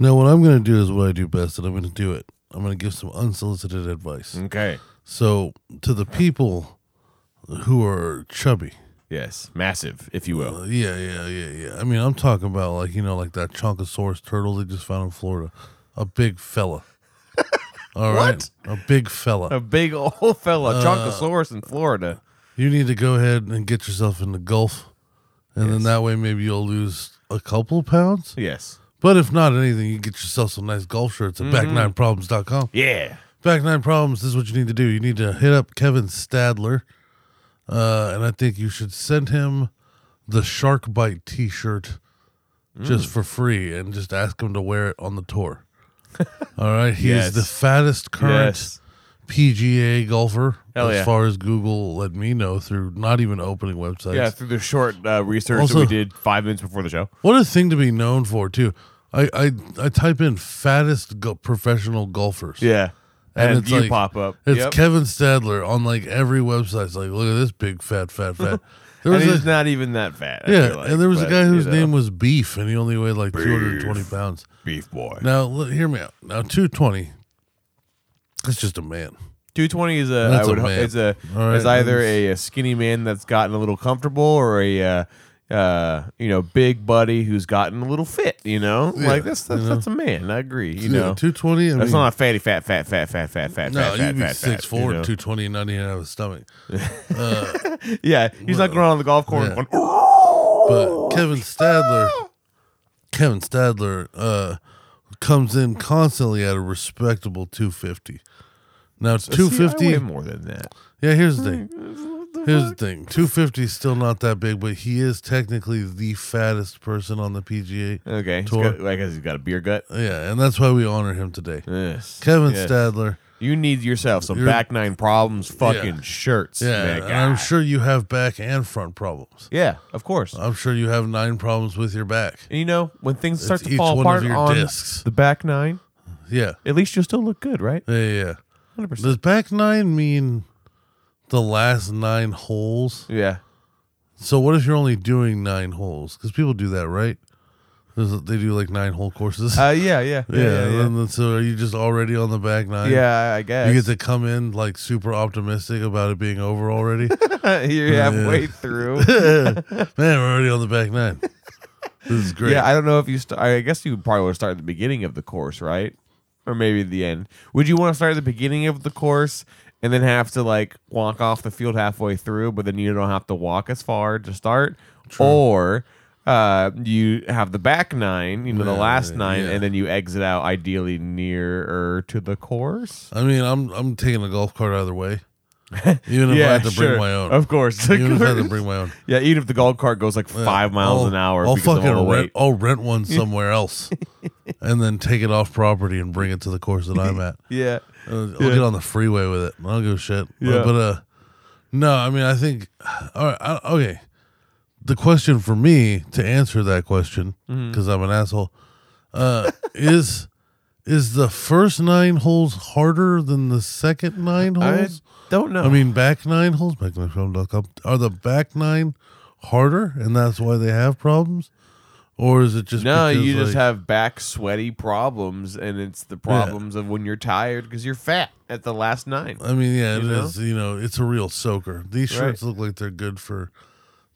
Now, what I'm going to do is what I do best, and I'm going to do it. I'm going to give some unsolicited advice. Okay. So, to the people who are chubby, Yes. Massive, if you will. yeah, yeah, yeah, yeah. I mean, I'm talking about like you know, like that chonkosaurus turtle they just found in Florida, a big fella. All right, a big fella. A big old fella, Chonkosaurus in Florida. You need to go ahead and get yourself in the Gulf, and then that way maybe you'll lose a couple pounds. Yes. But if not anything, you get yourself some nice golf shirts at back9problems.com. Yeah. Back Nine Problems, this is what you need to do. You need to hit up Kevin Stadler, uh, and I think you should send him the Shark Bite t shirt just Mm. for free and just ask him to wear it on the tour. All right. He Yes. is the fattest current Yes. PGA golfer Hell as yeah. far as Google let me know through not even opening websites. Yeah, through the short uh, research Also- that we did five minutes before the show. What a thing to be known for, too. I, I, I type in fattest go- professional golfers. Yeah. And And, it's you like- pop up. It's Yep. Kevin Stadler on like every website. It's like, look at this big fat, fat, fat. There and was he's a, not even that fat. I yeah, feel like, and there was a but, guy you whose know. name was Beef, and he only weighed like 220 Beef. pounds. Beef Boy. Now, l- hear me out. Now, 220, that's just a man. 220 is a, That's I would, a ho- man. is a All right, is either that's- a, a skinny man that's gotten a little comfortable or a uh, uh, you know big buddy who's gotten a little fit. You know, Yeah, like that's that's, you know. that's a man. I agree. You Yeah, know, 220. I that's mean, not a fatty fat fat fat fat fat fat no, fat fat you'd be fat fat. 6'4, you know? 220, and not even have a stomach. Yeah, he's not going on the golf course. yeah. Going, "Ooh." But Kevin Stadler, Kevin Stadler, uh, comes in constantly at a respectable 250. Now, it's See, I 250. weigh more than that. Yeah, here's the thing. Here's the thing. 250 is still not that big, but he is technically the fattest person on the PGA. Okay, he's Tour. got- I guess he's got a beer gut. Yeah, and that's why we honor him today. Yes, Kevin yes. Stadler. You need yourself some You're- back nine problems fucking Yeah. shirts. Yeah, man, and I'm God. sure you have back and front problems. Yeah, of course. I'm sure you have nine problems with your back. And you know, when things start each to fall one of apart your on discs. the back nine, Yeah, at least you'll still look good, right? yeah, yeah. 100%. Does back nine mean the last nine holes? Yeah. So what if you're only doing nine holes? Because people do that, right? There's- They do like nine hole courses. Uh, yeah, yeah. Yeah, Yeah, yeah. and yeah. then- so are you just already on the back nine? Yeah, I guess. You get to come in like super optimistic about it being over already. You're halfway through. Man, we're already on the back nine. This is great. Yeah, I don't know if you. St- I guess you probably would start at the beginning of the course, right? Or maybe the end. Would you want to start at the beginning of the course and then have to like walk off the field halfway through, but then you don't have to walk as far to start, or uh, you have the back nine, you know, the Yeah, last nine, yeah. and then you exit out ideally nearer to the course. I mean, I'm I'm taking a golf cart either way. Even if I have to bring my own. Of course. Even if I have to bring my own. yeah, even if the golf cart goes like Yeah, five miles I'll- an hour, I'll because of fucking all the rent. weight. I'll rent one somewhere else, and then take it off property and bring it to the course that I'm at. Yeah. Uh, I'll get on the freeway with it. I don't give a shit. Yeah. But, but, uh, no, I mean, I think, all right, I, okay. The question for me to answer that question, Mm-hmm. because I'm an asshole, uh, is is the first nine holes harder than the second nine I holes? don't know. I, mean, back nine holes, back nine problem.com, are the back nine harder and that's why they have problems? Or is it just No, because, you just like- have back sweaty problems, and it's the problems of when you're tired because you're fat at the last nine. I mean, yeah, it You know? is. You know, it's a real soaker. These Right. shirts look like they're good for.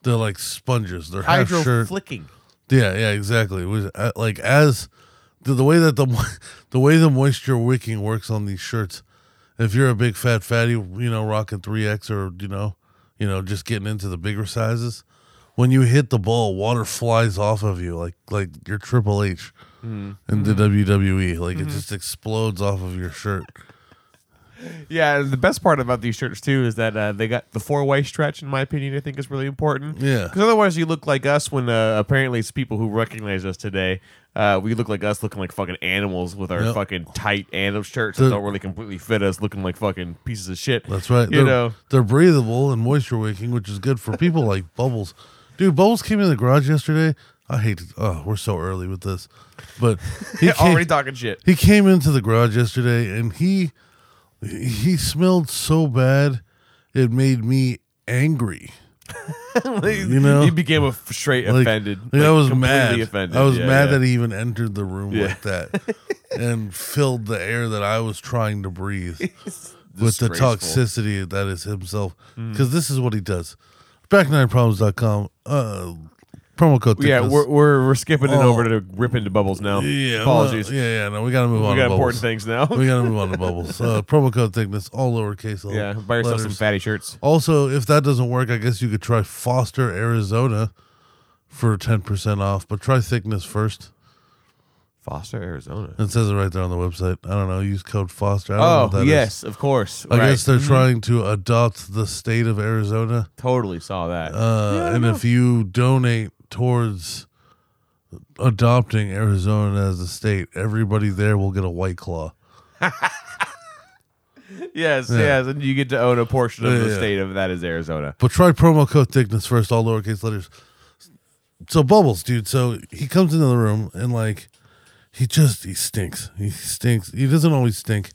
They're like sponges. They're half Hydro shirt. flicking. yeah, yeah, exactly. It was uh, like as the, the way that the mo- the way the moisture wicking works on these shirts. If you're a big fat fatty, you know, rocking three X or you know, you know, just getting into the bigger sizes. When you hit the ball, water flies off of you like like your Triple Hmm. E. Mm-hmm. H in the WWE. Like it just explodes off of your shirt. Yeah, and the best part about these shirts too is that uh, they got the four way stretch. In my opinion, I think is really important. Yeah. because otherwise you look like us when uh, apparently it's people who recognize us today. Uh, we look like us looking like fucking animals with our Yep. fucking tight animal shirts The- that don't really completely fit us, looking like fucking pieces of shit. That's right. You they're, know, they're breathable and moisture wicking, which is good for people like Bubbles. Dude, Bubbles came in the garage yesterday. I hate. To, oh, we're so early with this, but he came, already talking shit. he came into the garage yesterday and he he smelled so bad it made me angry. you know? he became a f- straight Like, offended. like, I like, was completely mad. Offended. I was Yeah, mad yeah. that he even entered the room Yeah. like that and filled the air that I was trying to breathe with the Disgraceful. Mm. toxicity that is himself. Because this is what he does. Back9problems.com. Uh, promo code. Yeah, thickness. we're, we're we're skipping it Oh. over to rip into bubbles now. yeah. apologies. well, yeah, yeah. No, we gotta move on. we to got bubbles. important things now. we gotta move on to bubbles. Uh, promo code thickness, all lowercase. all yeah, buy yourself some letters. fatty shirts. Also, if that doesn't work, I guess you could try Foster, Arizona for 10% off, but try thickness first. Foster, Arizona. It says it right there on the website. I don't know. Use code Foster. I don't know what Oh that is. yes, of course. I right. Mm-hmm. guess they're trying to adopt the state of Arizona. totally saw that. Uh, and if you donate towards adopting Arizona as a state, everybody there will get a white claw. yes, yes, and you get to own a portion of Yeah, the yeah. state of that is Arizona. But try promo code thickness first, all lowercase letters. So bubbles, dude. So he comes into the room and like he just he stinks. He stinks. He doesn't always stink,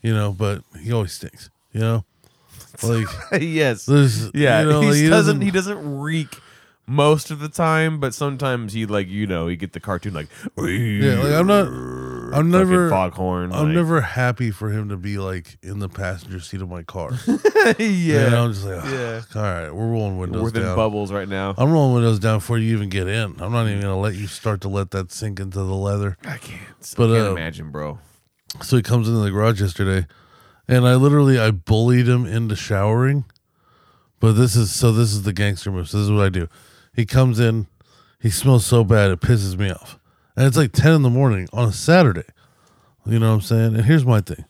you know, but he always stinks. You know, like yes. there's Yeah, you know, he, like, doesn't, he doesn't reek most of the time, but sometimes he like you know he get the cartoon like Yeah, like I'm not. I'm never. foghorn. I'm like- never happy for him to be like in the passenger seat of my car. yeah. yeah, I'm just like, "Ugh, Yeah. all right, we're rolling windows We're in down. bubbles right now. I'm rolling windows down before you even get in. I'm not even gonna let you start to let that sink into the leather. I can't. But, I can't uh, imagine, bro. So he comes into the garage yesterday, and I literally I bullied him into showering. But this is so this is the gangster move. So this is what I do. He comes in, he smells so bad it pisses me off, and it's like ten in the morning on a Saturday. You know what I'm saying? And here's my thing: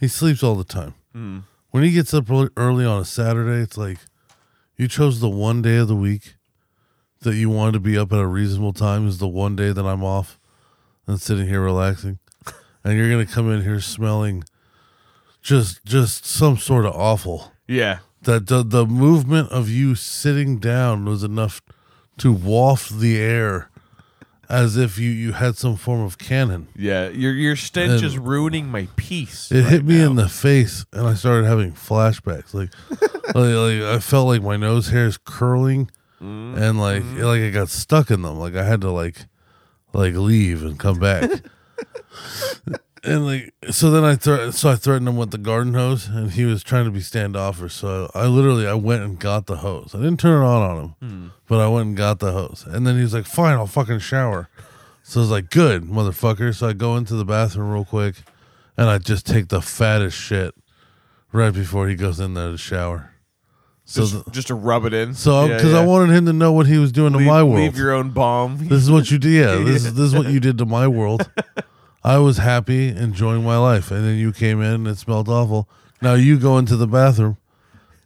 he sleeps all the time. When he gets up early- early on a Saturday, it's like you chose the one day of the week that you wanted to be up at a reasonable time is the one day that I'm off and sitting here relaxing and you're gonna come in here smelling just just some sort of awful Yeah. that the, the movement of you sitting down was enough to waft the air as if you you had some form of cannon Yeah, your your stench And- is ruining my peace. it right hit me now. in the face and i started having flashbacks like like, like, i felt like my nose hairs curling Mm-hmm. and like like i got stuck in them like i had to like like leave and come back and like so then i thr- so i threatened him with the garden hose and he was trying to be standoffish so i literally i went and got the hose i didn't turn it on on him Hmm. but i went and got the hose and then he was like fine i'll fucking shower so I was like, good, motherfucker. So I go into the bathroom real quick and I just take the fattest shit right before he goes in there to shower. So, just, the, just to rub it in. so Yeah, because I yeah. wanted him to know what he was doing to leave, my world. Leave your own bomb. this is what you did. Yeah, this is this is what you did to my world. I was happy, enjoying my life, and then you came in and it smelled awful. Now you go into the bathroom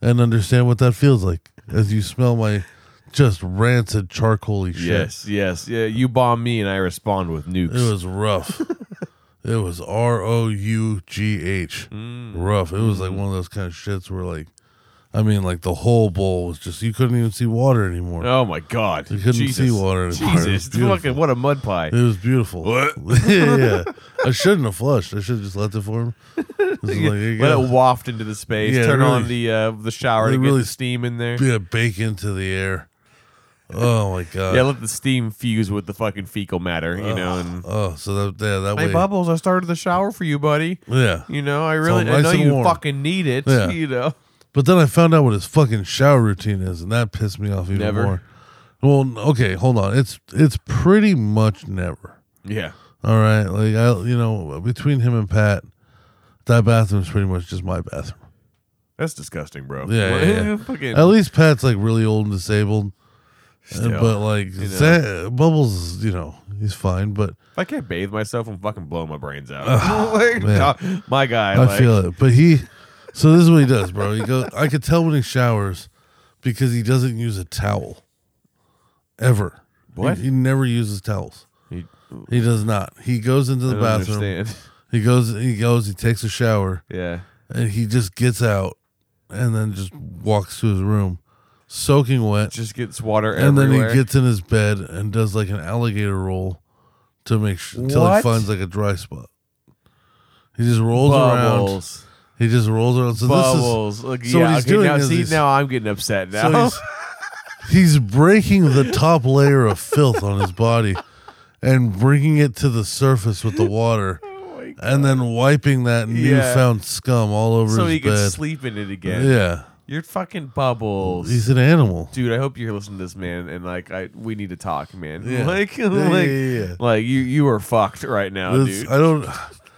and understand what that feels like as you smell my just rancid charcoaly shit. yes, yes, yeah. You bomb me, and I respond with nukes. It was rough. it was R O U G H. Mm. Rough. It was like one of those kind of shits where like I mean like the whole bowl was just you couldn't even see water anymore. oh my god! You couldn't Jesus. see water anymore. It was Jesus, beautiful. fucking what a mud pie. It was beautiful. yeah, yeah. I shouldn't have flushed. I should have just left it for him. It's like, here you Let go. it waft into the space. Yeah, it Turn really- on the uh, the shower it to get really the steam in there. Be a bake into the air. Oh my god. Yeah, let the steam fuse with the fucking fecal matter. You know, and oh, so that yeah, that hey, way. bubbles, I started the shower for you, buddy. Yeah. You know, I really nice I know and you warm. fucking need it. Yeah. You know, But then I found out what his fucking shower routine is, and that pissed me off even Never. more. Well, n- okay, hold on. It's it's pretty much never. yeah. All right, like I, you know, between him and Pat, that bathroom's pretty much just my bathroom. That's disgusting, bro. Yeah, yeah, yeah. fucking At least Pat's like really old and disabled, and- Still, but like know. Za- Bubbles, you know, he's fine. But If I can't bathe myself, I'm fucking blowing my brains out. Ugh, Like, man. no, my guy, I like, feel it. But he So this is what he does, bro. He goes. I could tell when he showers because he doesn't use a towel ever. What? He, he never uses towels. You- He does not. He goes into I the don't bathroom. understand. He goes. He goes. He takes a shower Yeah. and he just gets out and then just walks to his room, soaking wet. Just gets water and then everywhere. he gets in his bed and does like an alligator roll to make sure until he What? finds like a dry spot. He just rolls around. bubbles. He just rolls around. So Bubbles. Look, so yeah, what he's okay, doing now, is see, he's- now I'm getting upset this is now. so he's, he's breaking the top layer of filth on his body and bringing it to the surface with the water. And then wiping that newfound scum all over so his he bed. can sleep in it again. Yeah, You're fucking bubbles. he's an animal. Dude, I hope you're listening to this, man, and like I we need to talk, man. Yeah. Like Yeah, yeah, like yeah, yeah. like you you are fucked right now, That's- dude. I don't.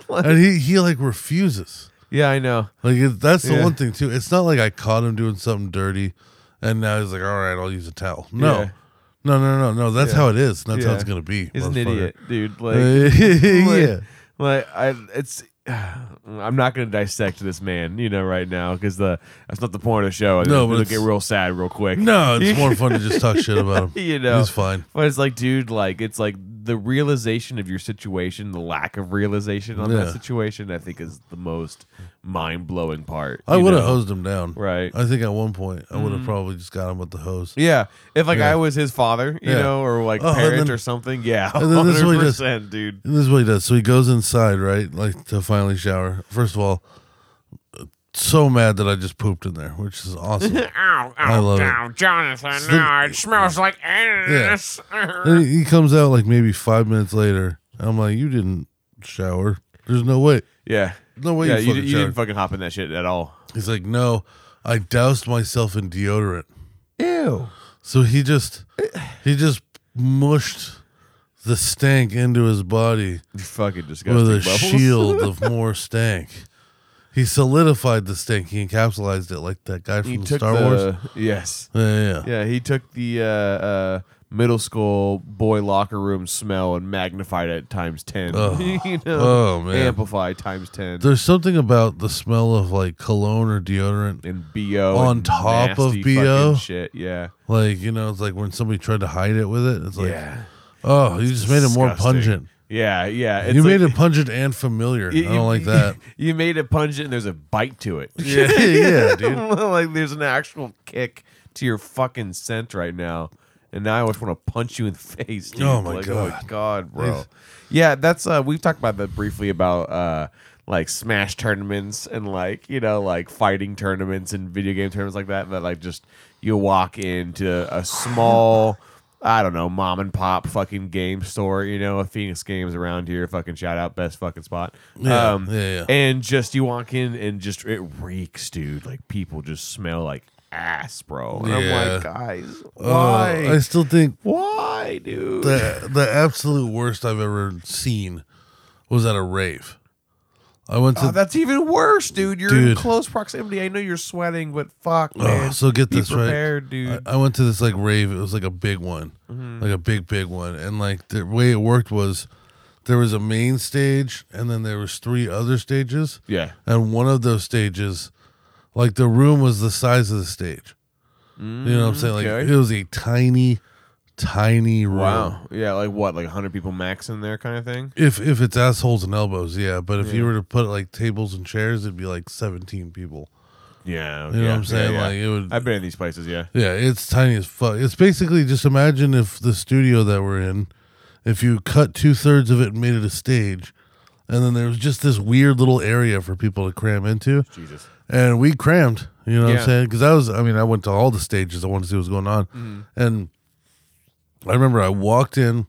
And he he like refuses. yeah, I know. Like it, that's the Yeah. one thing too. It's not like I caught him doing something dirty, and now he's like, "All right, I'll use a towel." No, Yeah. no, no, no, no. That's Yeah. how it is. That's how Yeah. it's gonna be. He's an motherfucker. idiot, dude. Like like, yeah, like I, it's. I'm not going to dissect this man, you know, right now because the that's not the point of the show. No, but it'll it's- get real sad real quick. no, it's more fun to just talk shit about him. you know, he's fine. But it's like, dude, like it's like the realization of your situation, the lack of realization on Yeah. that situation, I think is the most mind blowing part. I you would have know? hosed him down. right. Mm-hmm. I think at one point I would have probably just got him with the hose. yeah, if like Yeah. I was his father, you Yeah. know, or like Oh, and parent then- or something, yeah, and then this is what hundred he does. percent, dude. And this is what he does. So he goes inside, right, like to finally shower. First of all, so mad that I just pooped in there, which is awesome. Ow, I love ow, it. ow, Jonathan, So- no, it smells like ass. And he he comes out like maybe five minutes later. I'm like, you didn't shower. There's no way. Yeah, No way yeah, you you, fucking you didn't showered. fucking hop in that shit at all. He's like, no, I doused myself in deodorant. Ew. So he just, he just mushed the stank into his body You fucking disgusting. with a bubbles. shield of more stank. He solidified the stank. He encapsulated it like that guy He from took Star the Wars. yes. Yeah, yeah, yeah. Yeah, he took the uh, uh, middle school boy locker room smell and magnified it times ten. Oh. you know, Oh, man. amplified times ten. There's something about the smell of like cologne or deodorant and bo On and top of nasty fucking BO? shit. Yeah, Like you know, it's like when somebody tried to hide it with it. It's like, yeah, oh, you just made it more Disgusting. pungent. yeah, yeah. you It's made like- it pungent and familiar. I don't like that. You made it pungent, and there's a bite to it. yeah, yeah, dude. like there's an actual kick to your fucking scent right now. And now I just want to punch you in the face. Dude. Oh, my Like, God. God, bro. These- Yeah, that's uh we've talked about that briefly about uh like smash tournaments and like, you know, like fighting tournaments and video game tournaments like that that like just you walk into a small I don't know, mom and pop fucking game store, you know, a Phoenix Games around here, fucking shout out best fucking spot. Yeah, yeah, yeah. Um, And just you walk in and just it reeks, dude. Like people just smell like ass, bro. And I'm Yeah. like, guys, Uh, why? I still think why, dude? the the absolute worst I've ever seen was at a rave. I went to Oh, that's even worse, dude. You're in Dude. close proximity. I know you're sweating, but fuck, Oh, man. so get Be this prepared, right. dude. Mm-hmm. I, I went to this like rave. It was like a big one, like a big big one. And like the way it worked was, there was a main stage, and then there was three other stages. yeah. and one of those stages, like the room was the size of the stage. you know what I'm saying? Like Mm, okay. it was a tiny, tiny room. Wow. Yeah, like what, like 100 people max in there kind of thing? If if it's assholes and elbows, yeah. But if Yeah. you were to put like tables and chairs, it'd be like 17 people. Yeah. You know yeah, what I'm saying? yeah, Like yeah. it would. I've been in these places, yeah. yeah, it's tiny as fuck. It's basically just imagine if the studio that we're in, if you cut two thirds of it and made it a stage, and then there was just this weird little area for people to cram into. Jesus. and we crammed. You know what Yeah. I'm saying? Because I was, I mean, I went to all the stages. I wanted to see what was going on, Mm-hmm. and I remember I walked in.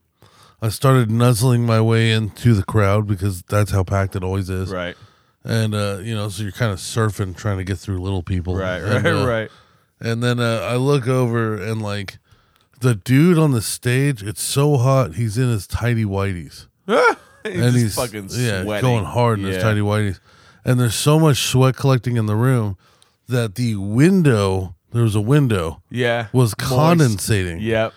I started nuzzling my way into the crowd because that's how packed it always is. Right. And uh, you know, so you're kind of surfing, trying to get through little people. Right, right, And, uh, right. And then uh, I look over and like the dude on the stage. It's so hot. He's in his tidy whities He's and just he's fucking yeah sweating. going hard in his Yeah. tidy whities, and there's so much sweat collecting in the room that the window there was a window Yeah. was Moist. condensating, Yep.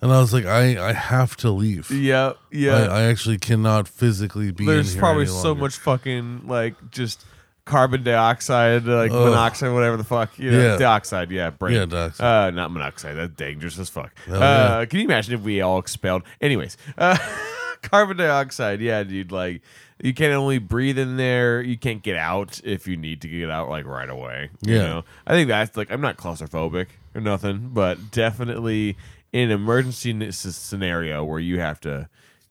and I was like, I I have to leave. Yep. Yeah. I, I actually cannot physically be. in There's here probably any so longer. much fucking like just carbon dioxide, like Ugh. monoxide, whatever the fuck. You know, Yeah. dioxide. Yeah, brain. Yeah, dioxide. Uh, not monoxide. That's dangerous as fuck. Hell uh, yeah. Can you imagine if we all expelled? Anyways, uh, carbon dioxide. Yeah, dude. Like you can only breathe in there. You can't get out if you need to get out like right away. You Yeah. know? I think that's like I'm not claustrophobic or nothing, but definitely in an emergency n- s- scenario where you have to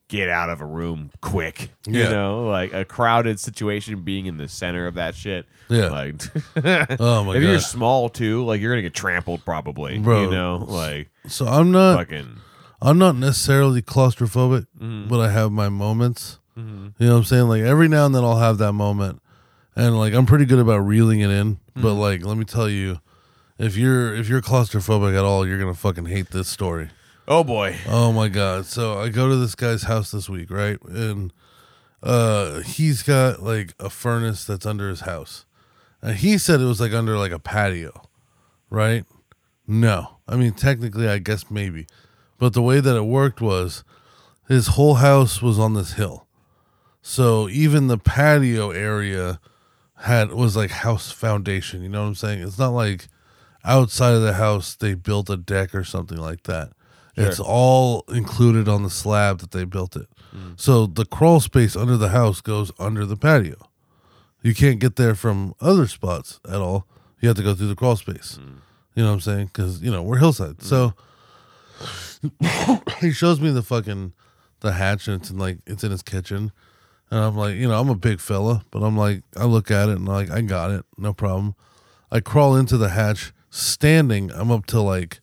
get out of a room quick. You Yeah. know, like a crowded situation, being in the center of that shit. Yeah. Like, Oh my if you're god. small too, like you're gonna get trampled probably. Bro. You know, like So I'm not fucking. I'm not necessarily claustrophobic, but I have my moments. You know what I'm saying? Like every now and then I'll have that moment. And like I'm pretty good about reeling it in, but like let me tell you, if you're if you're claustrophobic at all, you're going to fucking hate this story. Oh boy. Oh my god! So I go to this guy's house this week, right? And uh, he's got like a furnace that's under his house, and he said it was like under like a patio, right? No, I mean technically, I guess maybe, but the way that it worked was his whole house was on this hill, so even the patio area had was like house foundation. You know what I'm saying? It's not like outside of the house they built a deck or something like that. It's all included on the slab that they built it. So the crawl space under the house goes under the patio. You can't get there from other spots at all. You have to go through the crawl space. You know what I'm saying? Because you know we're hillside. So he shows me the fucking the hatch, and it's in like it's in his kitchen. And I'm like, you know, I'm a big fella, but I'm like, I look at it and like, I got it, no problem. I crawl into the hatch, standing. I'm up to like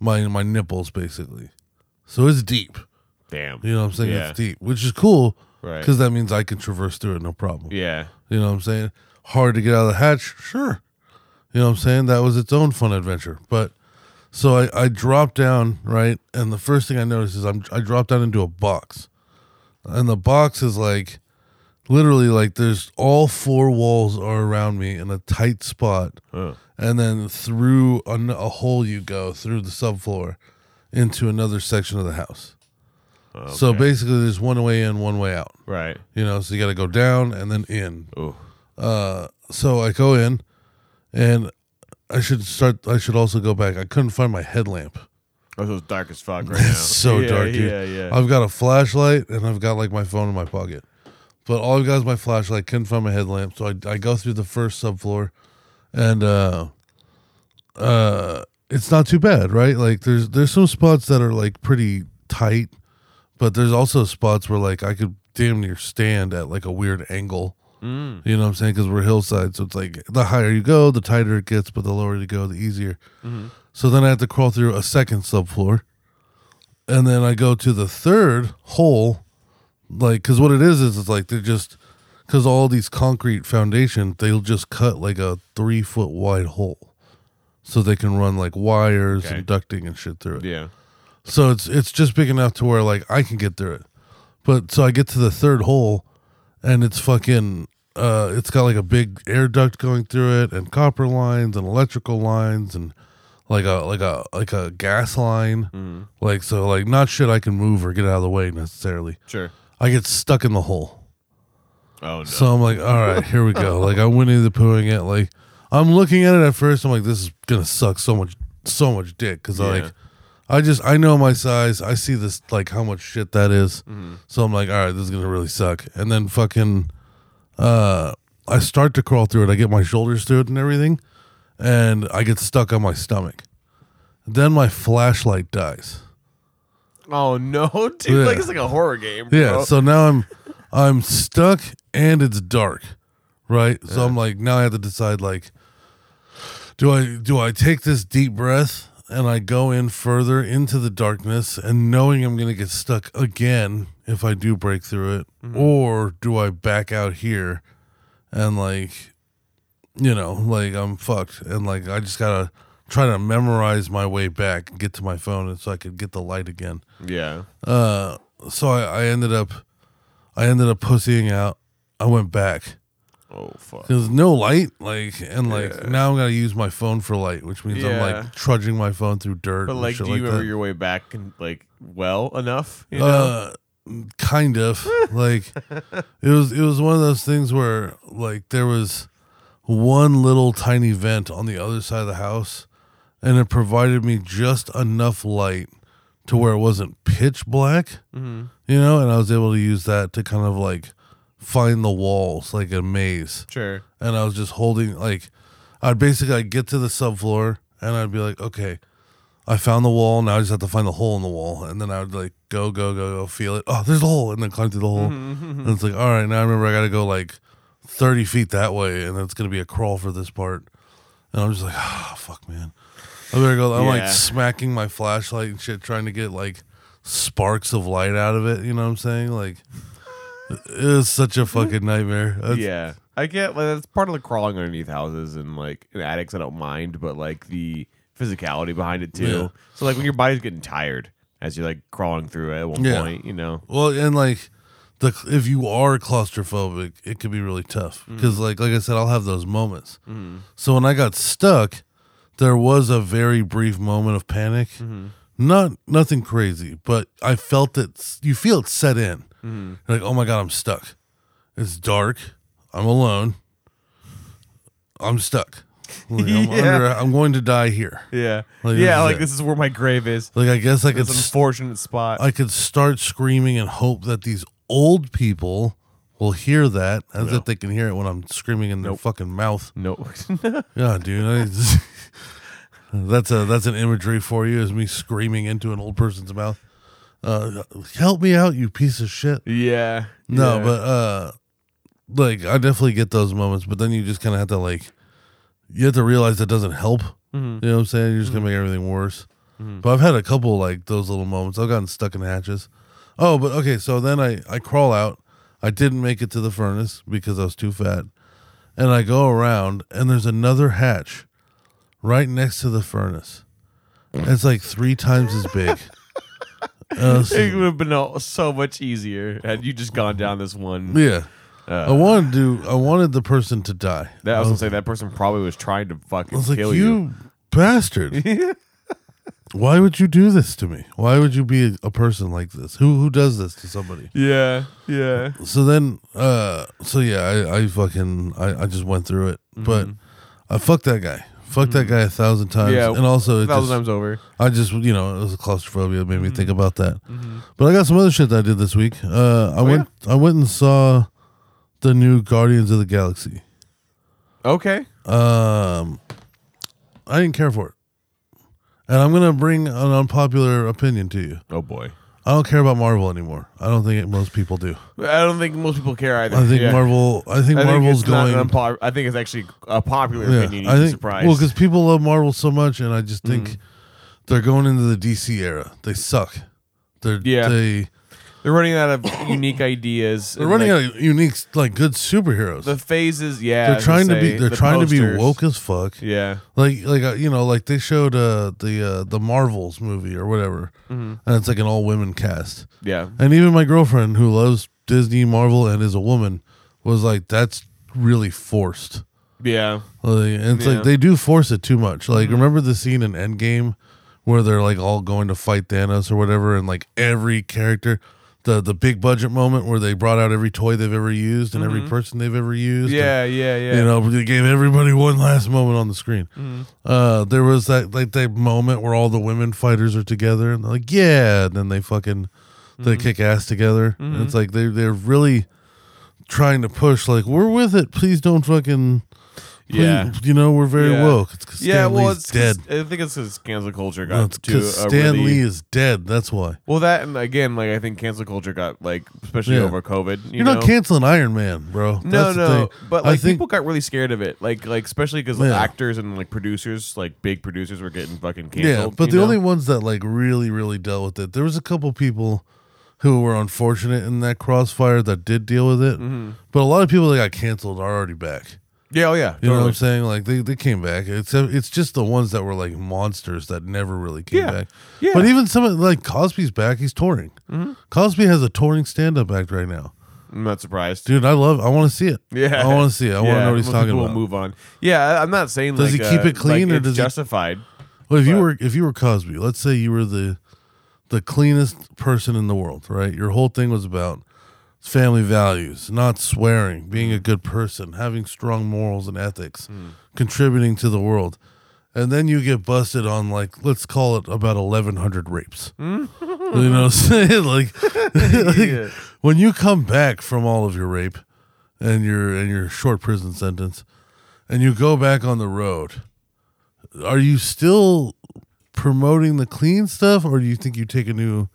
my my nipples basically, so it's deep. Damn. You know what I'm saying? Yeah. It's deep, which is cool, Right. Because that means I can traverse through it, no problem. Yeah. You know what I'm saying? Hard to get out of the hatch, sure. You know what I'm saying? That was its own fun adventure. But so I, I dropped down, right? And the first thing I noticed is I'm I dropped down into a box. And the box is like literally like there's all four walls are around me in a tight spot. Huh. And then through an, a hole you go through the subfloor into another section of the house. So Okay. basically there's one way in, one way out. Right. You know, so you got to go down and then in Oh. uh, so I go in, and I should start. I should also go back. I couldn't find my headlamp. Oh, so it's dark as fuck right now. It's so Yeah, dark, dude. Yeah. Yeah. I've got a flashlight and I've got like my phone in my pocket, but all I've got is my flashlight. Couldn't find my headlamp, so I, I go through the first subfloor, and uh, uh, it's not too bad, right? Like there's there's some spots that are like pretty tight, but there's also spots where like I could damn near stand at like a weird angle. You know what I'm saying? Because we're hillside, so it's like the higher you go, the tighter it gets, but the lower you go, the easier. So then I have to crawl through a second subfloor, and then I go to the third hole, like because what it is is it's like they're just because all these concrete foundation they'll just cut like a three foot wide hole, so they can run like wires and ducting and shit through it. yeah. So it's it's just big enough to where like I can get through it. But so I get to the third hole and it's fucking uh it's got like a big air duct going through it and copper lines and electrical lines and like a like a like a gas line. Like so like not shit I can move or get out of the way necessarily. Sure. I get stuck in the hole. Oh no. So I'm like, all right, here we go. Like I went into pooing it. Like I'm looking at it at first. I'm like, this is gonna suck so much, so much dick. Cause I Yeah. like, I just I know my size. I see this like how much shit that is. So I'm like, all right, this is gonna really suck. And then fucking, uh, I start to crawl through it. I get my shoulders through it and everything, and I get stuck on my stomach. Then my flashlight dies. oh no, dude. Yeah. Like it's like a horror game. Bro. Yeah. So now I'm I'm stuck and it's dark, right? So I'm like now I have to decide like do I do I take this deep breath and I go in further into the darkness and knowing I'm going to get stuck again if I do break through it or do I back out here and like you know, like I'm fucked and like I just got to try to memorize my way back and get to my phone and so I could get the light again yeah. uh, so I, I ended up, I ended up pussying out. I went back Oh fuck. because no light, like, and like now I'm gonna use my phone for light, which means I'm Yeah. like trudging my phone through dirt. But and like, do shit you like remember that. your way back and like well enough? You know? Uh, kind of like it was. It was one of those things where like there was one little tiny vent on the other side of the house, and it provided me just enough light to where it wasn't pitch black, Mm-hmm. you know, and I was able to use that to kind of like find the walls like a maze Sure. and I was just holding like I'd basically I'd get to the subfloor and I'd be like, okay, I found the wall. Now I just have to find the hole in the wall, and then I would like go go go go feel it. Oh, there's a hole, and then climb through the hole. and it's like, all right, now I remember I got to go like thirty feet that way, and it's gonna be a crawl for this part. And I'm just like, ah, fuck, man. I better go. I'm like Yeah. smacking my flashlight and shit, trying to get like sparks of light out of it. You know what I'm saying? Like, it was such a fucking nightmare. That's- yeah, I get like that's part of the crawling underneath houses and like in attics. I don't mind, but like the physicality behind it too. Yeah. So like when your body's getting tired as you're like crawling through it at one Yeah. point, you know. Well, and like the if you are claustrophobic, it could be really tough because like like I said, I'll have those moments. So when I got stuck, there was a very brief moment of panic. Not nothing crazy, but I felt it. You feel it set in. Like oh my god, I'm stuck. It's dark. I'm alone. I'm stuck. Like, I'm, Yeah. under, I'm going to die here. Yeah, Like, this yeah. is Like it. this is where my grave is. Like I guess I could It's an unfortunate spot. I could start screaming and hope that these old people will hear that as if they can hear it when I'm screaming in their fucking mouth. no, Yeah, dude. I that's a that's an imagery for you is me screaming into an old person's mouth. Uh, help me out, you piece of shit. yeah, No, yeah. but uh like I definitely get those moments, but then you just kind of have to like you have to realize that doesn't help. Mm-hmm. You know what I'm saying? You're just gonna make everything worse. But I've had a couple like those little moments. I've gotten stuck in hatches. Oh, but okay. So then I I crawl out. I didn't make it to the furnace because I was too fat, and I go around and there's another hatch right next to the furnace. It's like three times as big. And I was- it would have been all- so much easier had you just gone down this one. yeah. I wanted to. I wanted the person to die. Uh, That I was gonna say that person probably was trying to fucking Oh. I was like, kill you, bastard. Why would you do this to me? Why would you be a, a person like this? Who who does this to somebody? Yeah, yeah. So then, uh, so yeah, I, I fucking, I, I just went through it, Mm-hmm. but I fucked that guy. Fuck that guy a thousand times, Yeah, and also it thousand Mm-hmm. just, times over. I just, you know, it was a claustrophobia. It made me think about that. But I got some other shit that I did this week. Oh, Uh, I went, I went and saw the new Guardians of the Galaxy. Okay. Um, I didn't care for it. And I'm going to bring an unpopular opinion to you. Oh boy. I don't care about Marvel anymore. I don't think it, most people do. I don't think most people care either. I think Yeah. Marvel. I think I think Marvel's it's not going. an unpop- I think it's actually a popular yeah, opinion. You'd I be think. surprised. Well, because people love Marvel so much, and I just think Mm-hmm. they're going into the DC era. They suck. They're Yeah. They, they're running out of unique ideas. they're running out of unique, like good superheroes. the phases. Yeah, I they're was trying gonna to be. say, They're the trying to be posters. woke as fuck. Yeah, like like uh, you know like they showed uh the uh the marvels movie or whatever Mm-hmm. and it's like an all women cast yeah. and even my girlfriend who loves disney marvel and is a woman was like that's really forced Yeah, like, and it's Yeah. Mm-hmm. like they do force it too much like remember the scene in endgame where they're like all going to fight thanos or whatever and like every character the the big budget moment where they brought out every toy they've ever used and every person they've ever used and- Mm-hmm. yeah, yeah, yeah. Mm-hmm. you know, they gave everybody one last moment on the screen. Uh, there was that like that moment where all the women fighters are together and they're like, yeah, and then they fucking they Mm-hmm. kick ass together. And it's like they they're really trying to push like we're with it. Please don't fucking please- Yeah. You know, we're very Yeah. woke. It's 'cause Stan yeah, well, Lee's it's 'cause- dead. I think it's because cancel culture got No, it's to because a Stan really- Lee is dead. That's why. Well, that and again, like I think cancel culture got like especially Yeah. over COVID. You You're know? not canceling Iron Man, bro. No, That's the no, thing. but I like think people got really scared of it, like like especially because Yeah. actors and like producers, like big producers, were getting fucking canceled. Yeah, but you the know? only ones that like really, really dealt with it, there was a couple people who were unfortunate in that crossfire that did deal with it. Mm-hmm. But a lot of people that got canceled are already back. yeah, oh yeah, You know what totally. I'm saying? Like they, they came back. It's it's just the ones that were like monsters that never really came Yeah. back. Yeah. Mm-hmm. But even some of like Cosby's back. He's touring. Cosby has a touring stand up act right now, I'm not surprised. dude. I love. I want to see it. I Yeah, want to see it. I want to Yeah, know what he's most talking people about. Move on. Yeah, I- I'm not saying. Does like, he keep uh, it clean like, or it's does he- justified? Well, if you But- were if you were Cosby, let's say you were the the cleanest person in the world, right? Your whole thing was about family values, not swearing, being a good person, having strong morals and ethics, contributing to the world. And then you get busted on like let's call it about 1100 rapes. you know what I'm saying? Like, like, Mm-hmm. Yeah. when you come back from all of your rape and your and your short prison sentence and you go back on the road, are you still promoting the clean stuff or do you think you take a new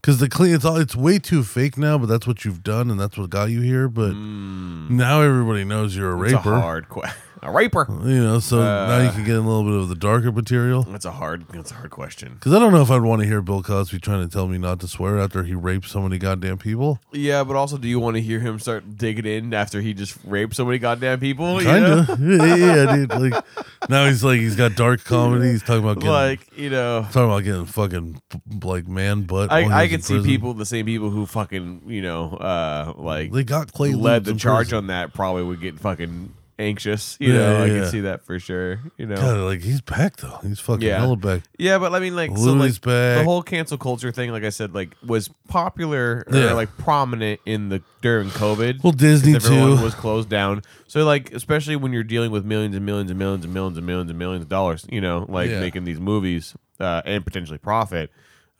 because the clean it's all it's way too fake now but that's what you've done and that's what got you here but now everybody knows you're a Mm. It's a raper hard question. A raper. you know so now you Uh. can get in a little bit of the darker material That's a hard. That's a hard question. because i don't know if i'd want to hear bill cosby trying to tell me not to swear after he raped so many goddamn people Yeah, but also, do you want to hear him start digging in after he just raped so many goddamn people? you know? kinda yeah, yeah, dude like now he's like he's got dark comedy he's talking about getting, Like you know, talking about getting fucking like man butt while he I I was could in see prison. people, the same people who fucking you know, uh, like they got clay led Loops the in charge prison. on that probably would get fucking anxious. You Yeah, know, yeah, I yeah. can see that for sure. You know, God, like he's back though. He's fucking Yeah. hella back. yeah, but I mean, like, so Louis like the back. whole cancel culture thing, like I said, like was popular or Yeah. like prominent in the during COVID. Well, Disney 'cause everyone too. was closed down. So like, especially when you're dealing with millions and millions and millions and millions and millions and millions of dollars, you know, like Yeah. making these movies uh, and potentially profit.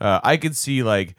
Uh, I could see like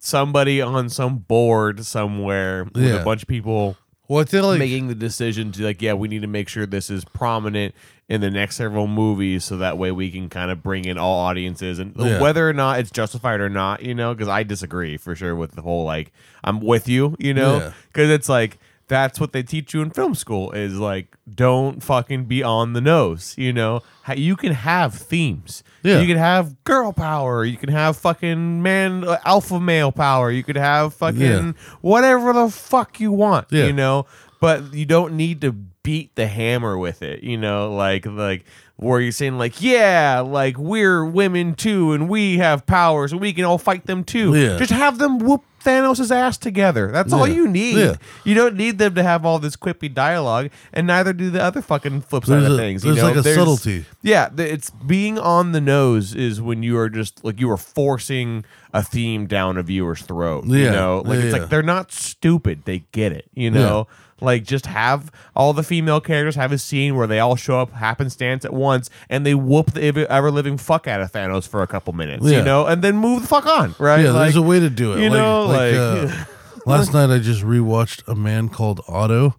somebody on some board somewhere with Yeah. a bunch of people Well, I feel like making the decision to like, yeah, we need to make sure this is prominent in the next several movies, so that way we can kind of bring in all audiences, and Yeah. whether or not it's justified or not, you know, because I disagree for sure with the whole like, I'm with you, Yeah. you know, because it's like that's what they teach you in film school is like, don't fucking be on the nose, you know. Ha- You can have themes. Yeah. You can have girl power. You can have fucking man, uh, alpha male power. You could have fucking Yeah. whatever the fuck you want Yeah. you know but you don't need to beat the hammer with it you know like like where you're saying like yeah like we're women too and we have powers and we can all fight them too Yeah. just have them whoop Thanos' ass together. That's all Yeah. you need. Yeah. You don't need them to have all this quippy dialogue, and neither do the other fucking flip side There's a- of things. you there's know? like a subtlety. Yeah, th- it's being on the nose is when you are just like you are forcing a theme down a viewer's throat. Yeah, You know, like yeah, it's yeah. like they're not stupid. They get it. You know, like just have all the female characters have a scene where they all show up happenstance at once and they whoop the ever- ever living fuck out of Thanos for a couple minutes. Yeah. You know, and then move the fuck on. Right? yeah, Like, there's a way to do it. you like, know, like- uh, last night I just rewatched a man called Otto,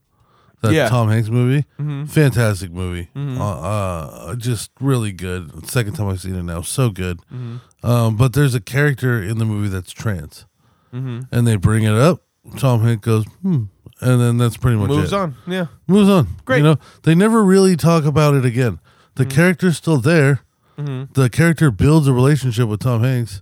that Yeah. Mm-hmm. Tom Hanks movie. Fantastic movie. Uh, uh, just really good. Second time I've seen it now, so good. Mm-hmm. Um, but there's a character in the movie that's trans, Mm-hmm. and they bring it up. Tom Hanks goes, hmm, and then that's pretty much moves it. on. Yeah. moves on. Great. Mm-hmm. You know, they never really talk about it again. The character's still there. The character builds a relationship with Tom Hanks,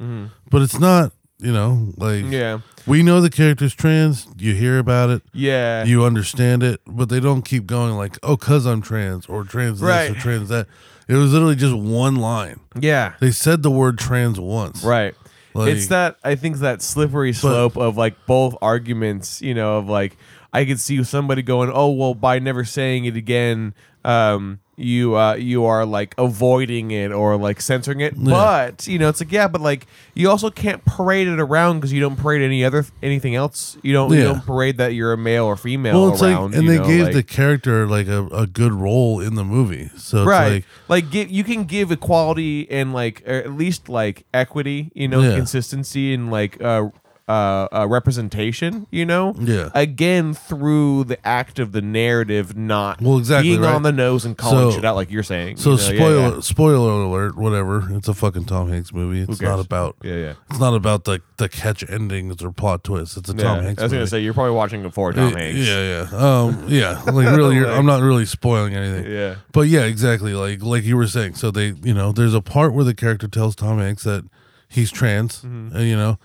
but it's not, you know, like Mm-hmm. Yeah. we know the character's trans. You hear about it, Yeah. you understand it, but they don't keep going like, oh, cause I'm trans or trans this Right. or trans that. It was literally just one line. yeah. They said the word trans once. Right. Like- it's that I think that slippery slope of like both arguments, you know, of like I could see somebody going, "Oh, well, by never saying it again, um, you uh, you are like avoiding it or like censoring it." But you know, it's like yeah, but like you also can't parade it around because you don't parade any other anything else. You don't you Yeah. don't parade that you're a male or female Well, it's around. like, and you they know, gave like- the character like a, a good role in the movie. So it's right like, like, give, you can give equality and like or at least like equity you know Yeah. consistency and like uh, uh, uh representation you know Yeah. again through the act of the narrative not Well, exactly, being right? on the nose and calling So- shit out like you're saying So you know? Yeah, spoiler spoiler alert, whatever. It's a fucking Tom Hanks movie. It's not cares? about yeah yeah, yeah. it's not about the the catch endings or plot twists. It's a Yeah, Tom Hanks I was movie. gonna say you're probably watching it for Tom Uh, Hanks. Yeah, yeah. Um yeah. Like really you're, I'm not really spoiling anything. Yeah. But yeah, exactly. Like like you were saying. So they you know, there's a part where the character tells Tom Hanks that he's trans, Mm-hmm. uh, you know.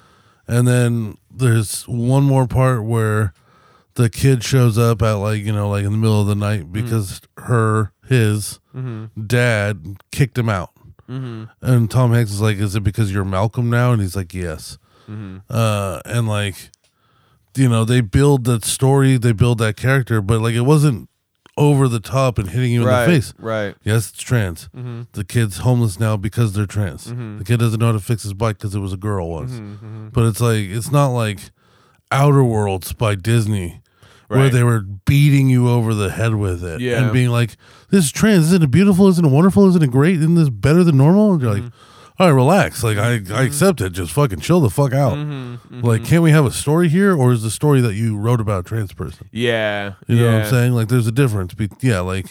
And then there's one more part where the kid shows up at like, you know, like in the middle of the night because her his dad kicked him out. And Tom Hanks is like, "Is it because you're Malcolm now?" And he's like, "Yes." Uh, and like, you know, they build that story, they build that character, but like, it wasn't over the top and hitting you right in the face. right Mm-hmm. Yes, it's trans. The kid's homeless now because they're Mm-hmm, trans. The kid doesn't know how to fix his bike because it was a girl once. But it's like, it's not like Outer Worlds by Disney, where Right. they were beating you over the head with it Yeah. and being like, "This is trans isn't it beautiful? Isn't it wonderful? Isn't it great? Isn't this better than normal?" And you're like, Mm-hmm. "All right, relax. Like I, I accept it. Just fucking chill the fuck out. Mm-hmm, Like, can't we have a story here, or is the story that you wrote about a trans person? Yeah. You know what yeah. I'm saying? Like, there's a difference. Be- yeah, like."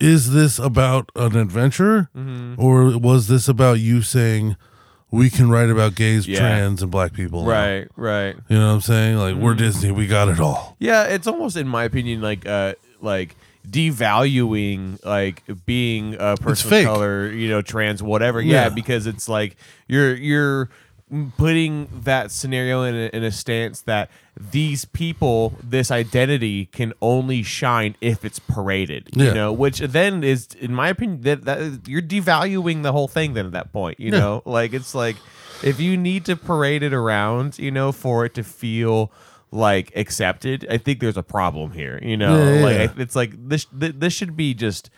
Is this about an adventure, Mm-hmm. or was this about you saying we can write about gays, Yeah. trans, and black people? now?" Right, Mm-hmm. right. You know what I'm saying? Like we're Disney, we got it all. Yeah, it's almost in my opinion like uh like devaluing like being a person of fake. color, you know, trans whatever. Yeah, Yeah. because it's like you're you're putting that scenario in a, in a stance that these people this identity can only shine if it's paraded you Yeah. know which then is in my opinion that, that is- you're devaluing the whole thing then at that point you know like it's like if you need to parade it around you know for it to feel like accepted i think there's a problem here you know Yeah, yeah, like yeah. I- it's like this th- this should be just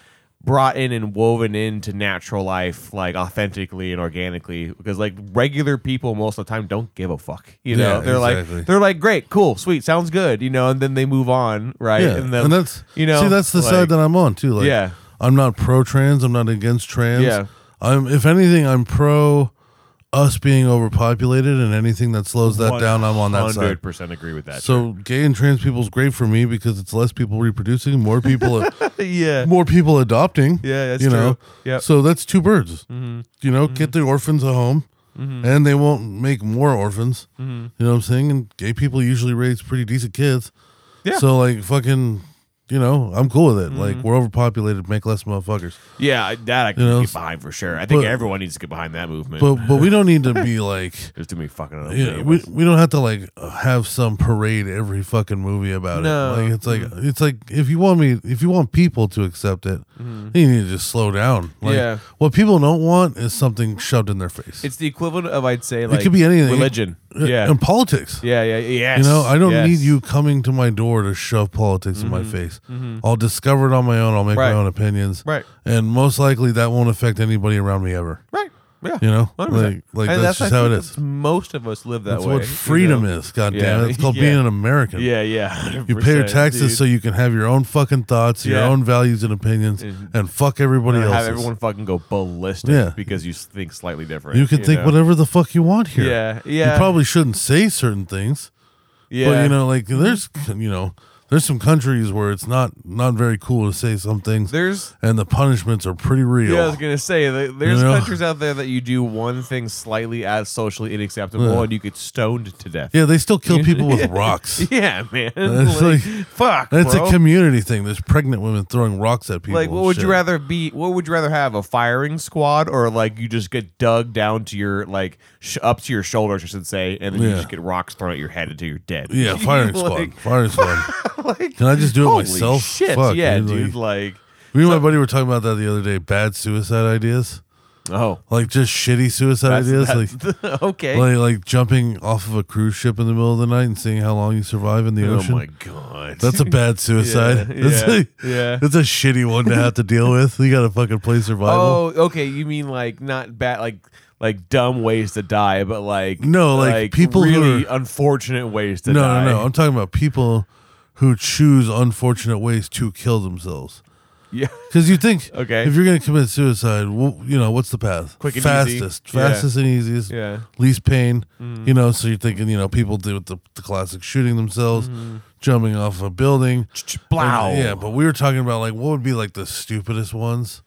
brought in and woven into natural life like authentically and organically because like regular people most of the time don't give a fuck you know Yeah, they're exactly. like they're like great cool sweet sounds good you know and then they move on right Yeah, and, and, then, that's you know See, that's the side like- that I'm on too. Like, Yeah. I'm not pro trans. I'm not against trans. Yeah. I'm. If anything, I'm pro us being overpopulated and anything that slows that down. I'm on that side. 100% agree with that. So gay and trans people is great for me because it's less people reproducing, more people, yeah. more people adopting. Yeah, that's you true. know. Yep. Mm-hmm. So that's two birds. You know, get the orphans a home, and they won't make more orphans. Mm-hmm. You know what I'm saying? And gay people usually raise pretty decent kids. Yeah. Mm-hmm. So like fucking, you know, I'm cool with it. Like we're overpopulated, make less motherfuckers. Yeah, I- that I can You know, get behind for sure. I think but- everyone needs to get behind that movement. But but we don't need to be like. There's too many fucking other You know, we, we don't have to like have some parade every fucking movie about No. Mm. it. Like it's like it's like if you want me if you want people to accept it, then you need to just slow down. Like Mm-hmm. Yeah. what people don't want is something shoved in their face. It's the equivalent of I'd say like could be anything. religion. Uh, yeah. and politics. yeah, yeah, yes. You know, I don't yes. Mm-hmm. need you coming to my door to shove politics in my face. I'll discover it on my own. I'll make Right. my own opinions. Right. And most likely that won't affect anybody around me ever. Right. Yeah. You know? 100%. Like- like And that's just I how it think is. that's- Most of us live that That's way. what freedom is, God damn Yeah. it. It's called Yeah. being an American. Yeah, yeah. You pay your taxes so you can have your own fucking thoughts, your Yeah. own values and opinions, And- and fuck everybody you have else. everyone fucking go ballistic Yeah. because you think slightly different. You can think know? whatever the fuck you want here. Yeah, yeah. You probably shouldn't say certain things, Yeah. Mm-hmm. but you know, like there's, you know, there's some countries where it's not not very cool to say some things, there's and the punishments are pretty real. Yeah, I was gonna say th- there's You know? countries out there that you do one thing slightly as socially unacceptable Yeah. and you get stoned to death. Yeah, they still kill people with rocks. Yeah, man. That's like, like- fuck, That's bro. a community thing. There's pregnant women throwing rocks at people. like, what and would shit. you rather be? What would you rather have? A firing squad, or like you just get dug down to your like sh- up to your shoulders, I should say, and then you Yeah. just get rocks thrown at your head until you're dead. Yeah, firing squad. Like- Firing squad. like, Can I just do it holy myself? Shit, Fuck, yeah, dude, dude. like- Like, Me and my buddy were talking about that the other day. Bad suicide ideas, oh, like just shitty suicide that's, ideas, like. that's- okay. Like, like jumping off of a cruise ship in the middle of the night and seeing how long you survive in the oh ocean. my god, That's a bad suicide. Yeah, That's yeah, a- yeah. That's a shitty one to have to deal with. You got to fucking play survival. Oh, okay. You mean like not bad, like like dumb ways to die, but like No, like, people who really are- unfortunate ways to no, die. no, no. I'm talking about people who choose unfortunate ways to kill themselves. Yeah, Because you think, Okay. if you're going to commit suicide, well, you know what's the path? Quick and easy. fastest, Yeah. fastest and easiest, Yeah. Mm. least pain. You know, so you're thinking, you know, people do it the, the classic shooting themselves, Mm. jumping off a building, blow. And, yeah, but we were talking about like what would be like the stupidest ones.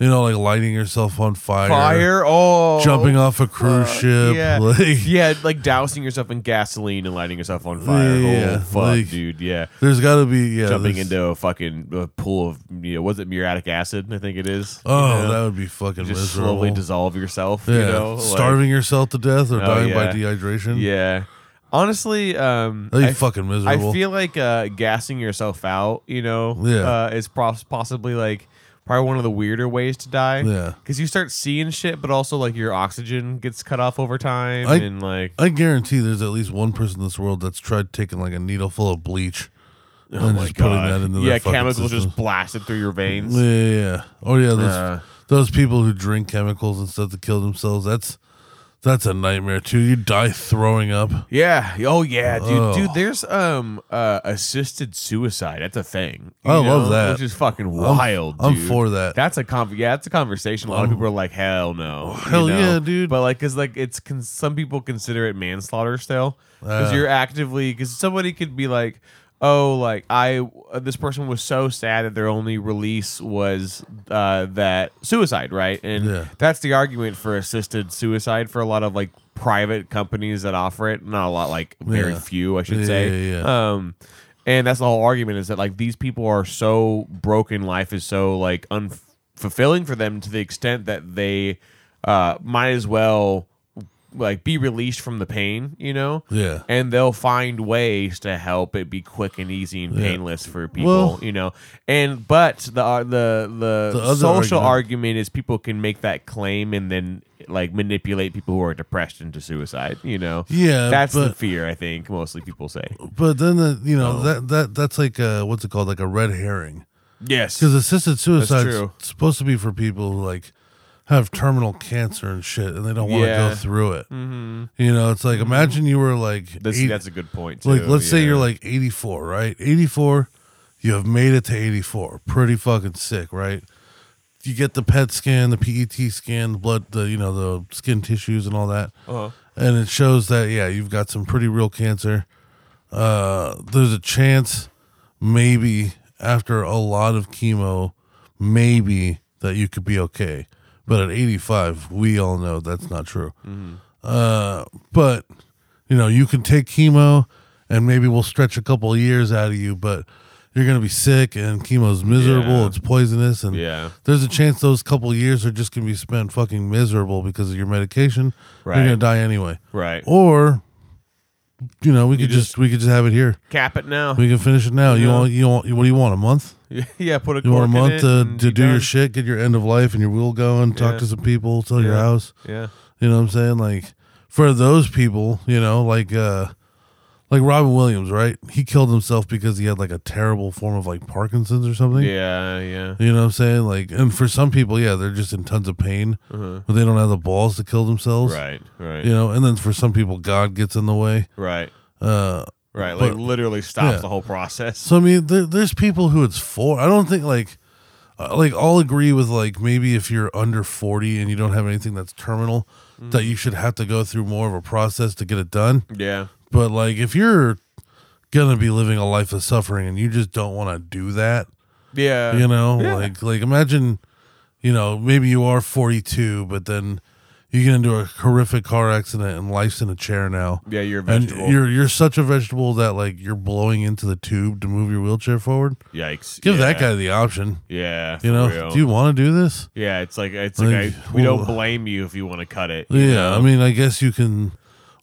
You know, like lighting yourself on fire, fire. Oh, jumping off a cruise ship, Yeah, like yeah, like dousing yourself in gasoline and lighting yourself on fire. Yeah, oh fuck, like, dude. Yeah. there's got to be yeah, Jumping there's- into a fucking uh, pool of, you know, was it muriatic acid? I think it is. you Oh, know? that would be fucking just miserable. slowly dissolve yourself. yeah, you know, like- starving yourself to death or Oh, dying by yeah. dehydration. Yeah. Honestly, um, that'd be I- fucking miserable. I feel like uh, gassing yourself out, you know, Yeah. uh, is pos- possibly like probably one of the weirder ways to die. Yeah. because you start seeing shit, but also like your oxygen gets cut off over time, I- and like I guarantee there's at least one person in this world that's tried taking like a needle full of bleach and just putting that into Oh yeah, their fucking chemicals system. just blasted through your veins. Yeah, yeah, yeah. Oh yeah, those Uh. those people who drink chemicals and stuff to kill themselves. That's That's a nightmare too. You die throwing up. Yeah. Oh yeah, dude. Ugh. Dude, there's um uh assisted suicide. That's a thing. I love that. Which is fucking wild. I'm dude. for that. That's a con- yeah, that's a conversation. A lot of people are like, hell no, you Hell yeah, dude. But like, cause like it's con- some people consider it manslaughter still, because Yeah. you're actively because somebody could be like, oh, like I uh, this person was so sad that their only release was uh, that suicide, right? And Yeah. that's the argument for assisted suicide for a lot of like private companies that offer it. Not a lot, like very Yeah. few, I should Yeah, say. yeah, yeah. Um, and that's the whole argument is that like these people are so broken, life is so like unfulfilling for them to the extent that they uh, might as well like be released from the pain, you know? Yeah. And they'll find ways to help it be quick and easy and Yeah. painless for people, Well- you know. And but the uh, the the, The other social argument- argument is people can make that claim and then like manipulate people who are depressed into suicide, you know. Yeah, That's the but- fear I think mostly people say. But then the you know that that that's like a, what's it called like a red herring Yes. because assisted suicide's true. supposed to be for people who like have terminal cancer and shit and they don't want to Yeah. Mm-hmm. go through it. You know, it's like imagine you were like That's, eight- that's a good point. like too, let's say yeah. you're like 84 right 84 you have made it to 84 pretty fucking sick right you get the pet scan the pet scan the blood the you know the skin tissues and all that Uh-huh. and it shows that yeah you've got some pretty real cancer uh there's a chance maybe after a lot of chemo maybe that you could be okay but at 85 we all know that's not true Mm-hmm. uh but you know, you can take chemo and maybe we'll stretch a couple of years out of you, but you're going to be sick and chemo's miserable. Yeah. It's poisonous. And Yeah. there's a chance those couple of years are just going to be spent fucking miserable because of your medication. Right. You're going to die anyway. Right. Or, you know, we could just- just, we could just have it here. Cap it now. We can finish it now. You Yeah. want, you want, what do you want? A month? yeah, put a You want a cork in month it to, and to be do your done. shit, get your end of life and your will going, talk Yeah. to some people, sell your Yeah. house. Yeah. You know what I'm saying? Like for those people, you know, like uh like Robin Williams, right? He killed himself because he had like a terrible form of like Parkinson's or something. Yeah, yeah. You know what I'm saying? Like and for some people, yeah, they're just in tons of pain, but they don't have the balls to kill themselves. Uh-huh. Right, right. You know, and then for some people God gets in the way. Right. Uh Right, like But- literally stops yeah. the whole process. So I mean, there, there's people who it's for. I don't think like, uh, like I'll agree with like maybe if you're under 40 and you don't have anything that's terminal, that you should have to go through more of a process to get it done. Yeah, But like if you're gonna be living a life of suffering and you just don't want to do that, yeah, you know, like like imagine, you know, maybe you are 42, but then you get into a horrific car accident and life's in a chair now. yeah. You're a And vegetable. you're you're such a vegetable that like you're blowing into the tube to move your wheelchair forward. Yikes! Give yeah. that guy the option. Yeah, You for know, real. do you want to do this? yeah. It's like it's like, Like, I, we don't well- blame you if you want to cut it. you Yeah, know? I mean, I guess you can.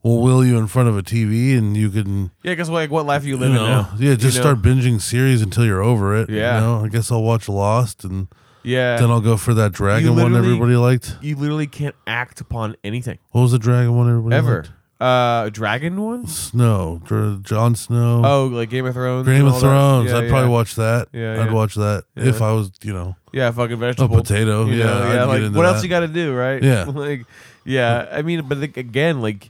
We'll will you in front of a TV, and you can, yeah. Because like, what life are you you living know, now? yeah, just you know? start binging series until you're over it. Yeah. you know, I guess I'll watch Lost, and Yeah. then I'll go for that dragon one literally- everybody liked. you literally can't act upon anything What was the dragon one everybody ever. liked? Uh, dragon ones. Snow, Dr- Jon Snow, Oh, like Game of Thrones. Game and of all that? Thrones. Yeah, I'd yeah. probably watch that. Yeah, I'd yeah. watch that Yeah. if I was, you know, Yeah, fucking a vegetable. potato. You yeah, know, I'd like get into what that. else you got to do, right? Yeah. like, yeah. I mean, but like, again, like,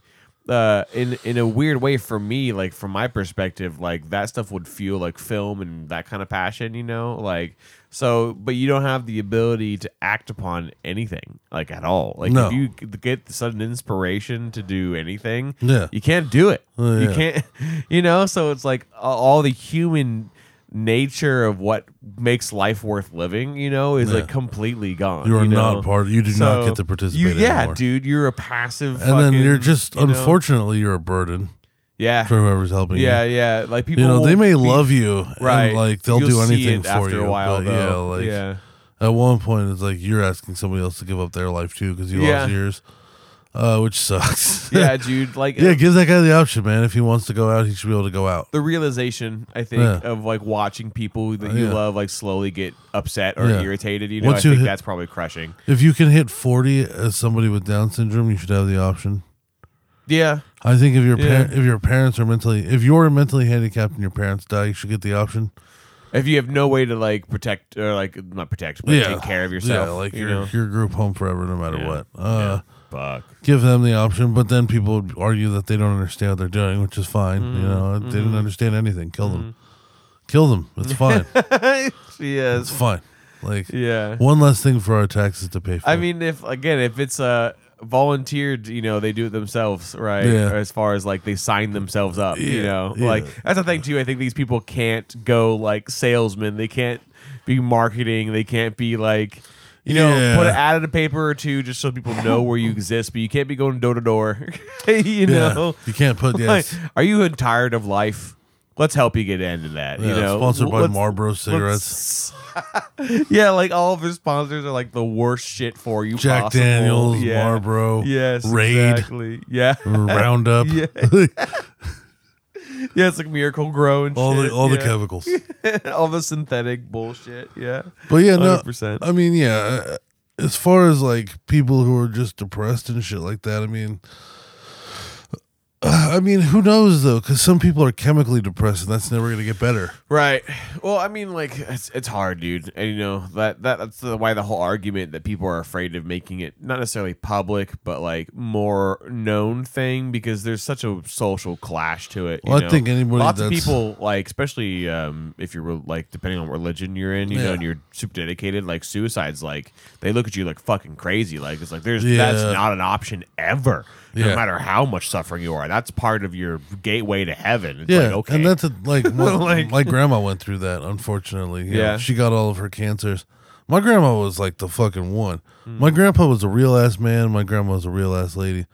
uh, in in a weird way for me, like from my perspective, like that stuff would fuel like film and that kind of passion, you know, like. So, but you don't have the ability to act upon anything, like at all. Like, No. if you g- get sudden inspiration to do anything, Yeah. you can't do it. Oh, You yeah. can't, you know. So it's like a- all the human nature of what makes life worth living, you know, is like Yeah. completely gone. You are you know? not part- you do not get to participate you- yeah, anymore. dude, you're a passive. and then fucking, you're just, you know? unfortunately, you're a burden Yeah, for whoever's helping you. yeah, yeah. Like people, you know they won't may be- love you right. and like they'll You'll do see anything it for after you a while, but though. yeah like yeah. at one point it's like you're asking somebody else to give up their life too because you Yeah. lost yours uh which sucks yeah, dude. Like, yeah give that guy the option man if he wants to go out he should be able to go out the realization I think Yeah. Uh, of like watching people that you Yeah. love like slowly get upset or Yeah. irritated. You know, Once I you think hit- that's probably crushing. if you can hit 40 as somebody with down syndrome you should have the option Yeah, i think if your Yeah. par- if your parents are mentally if you're mentally handicapped and your parents die you should get the option if you have no way to like protect or like not protect, but yeah take care of yourself. yeah like you your know? your group home forever no matter Yeah. what uh Yeah. Fuck. give them the option, but then people would argue that they don't understand what they're doing, which is fine. Mm, You know, they mm-hmm. didn't understand anything. Kill them. Kill them. It's fine. she it's is. fine. Like Yeah. one less thing for our taxes to pay for. I mean, if again, if it's uh, volunteered, you know, they do it themselves, right? Yeah. As far as like they sign themselves up, you Yeah, know, yeah. like that's the thing too. I think these people can't go like salesmen. They can't be marketing. They can't be like. You know, Yeah. put an ad in a paper or two just so people know where you exist, but you can't be going door to door. You yeah. know, you can't put Like, yes. are you tired of life? Let's help you get into that. Yeah, you know, sponsored by Let's- Marlboro cigarettes, let's- yeah, like all of their sponsors are like the worst shit for you. Jack possible. Daniels, yeah. Marlboro, Yes, Raid, exactly. Yeah, Roundup, Yeah. yeah, it's like Miracle Grow and all shit. the all the yeah. chemicals. all the synthetic bullshit. Yeah, But yeah, no, 100%. I mean, yeah. uh, As far as like people who are just depressed and shit like that, I mean, uh, I mean, who knows though? Because some people are chemically depressed, and that's never gonna get better. Right. Well, I mean, like it's it's hard, dude. And you know that, that that's the, why the whole argument that people are afraid of making it not necessarily public, but like more known thing because there's such a social clash to it. you Well, I know? think anybody lots of that's- people like, especially um, if you're like depending on what religion you're in, you Yeah. know, and you're super dedicated. Like suicides, like they look at you like fucking crazy. Like it's like there's Yeah. that's not an option ever. No Yeah. matter how much suffering you are, that's part of your gateway to heaven. It's Yeah, like, okay. and that's a, like, my, Like- my grandma went through that. Unfortunately, you know, Yeah. she got all of her cancers. My grandma was like the fucking one. Hmm. My grandpa was a real ass man. My grandma was a real ass lady.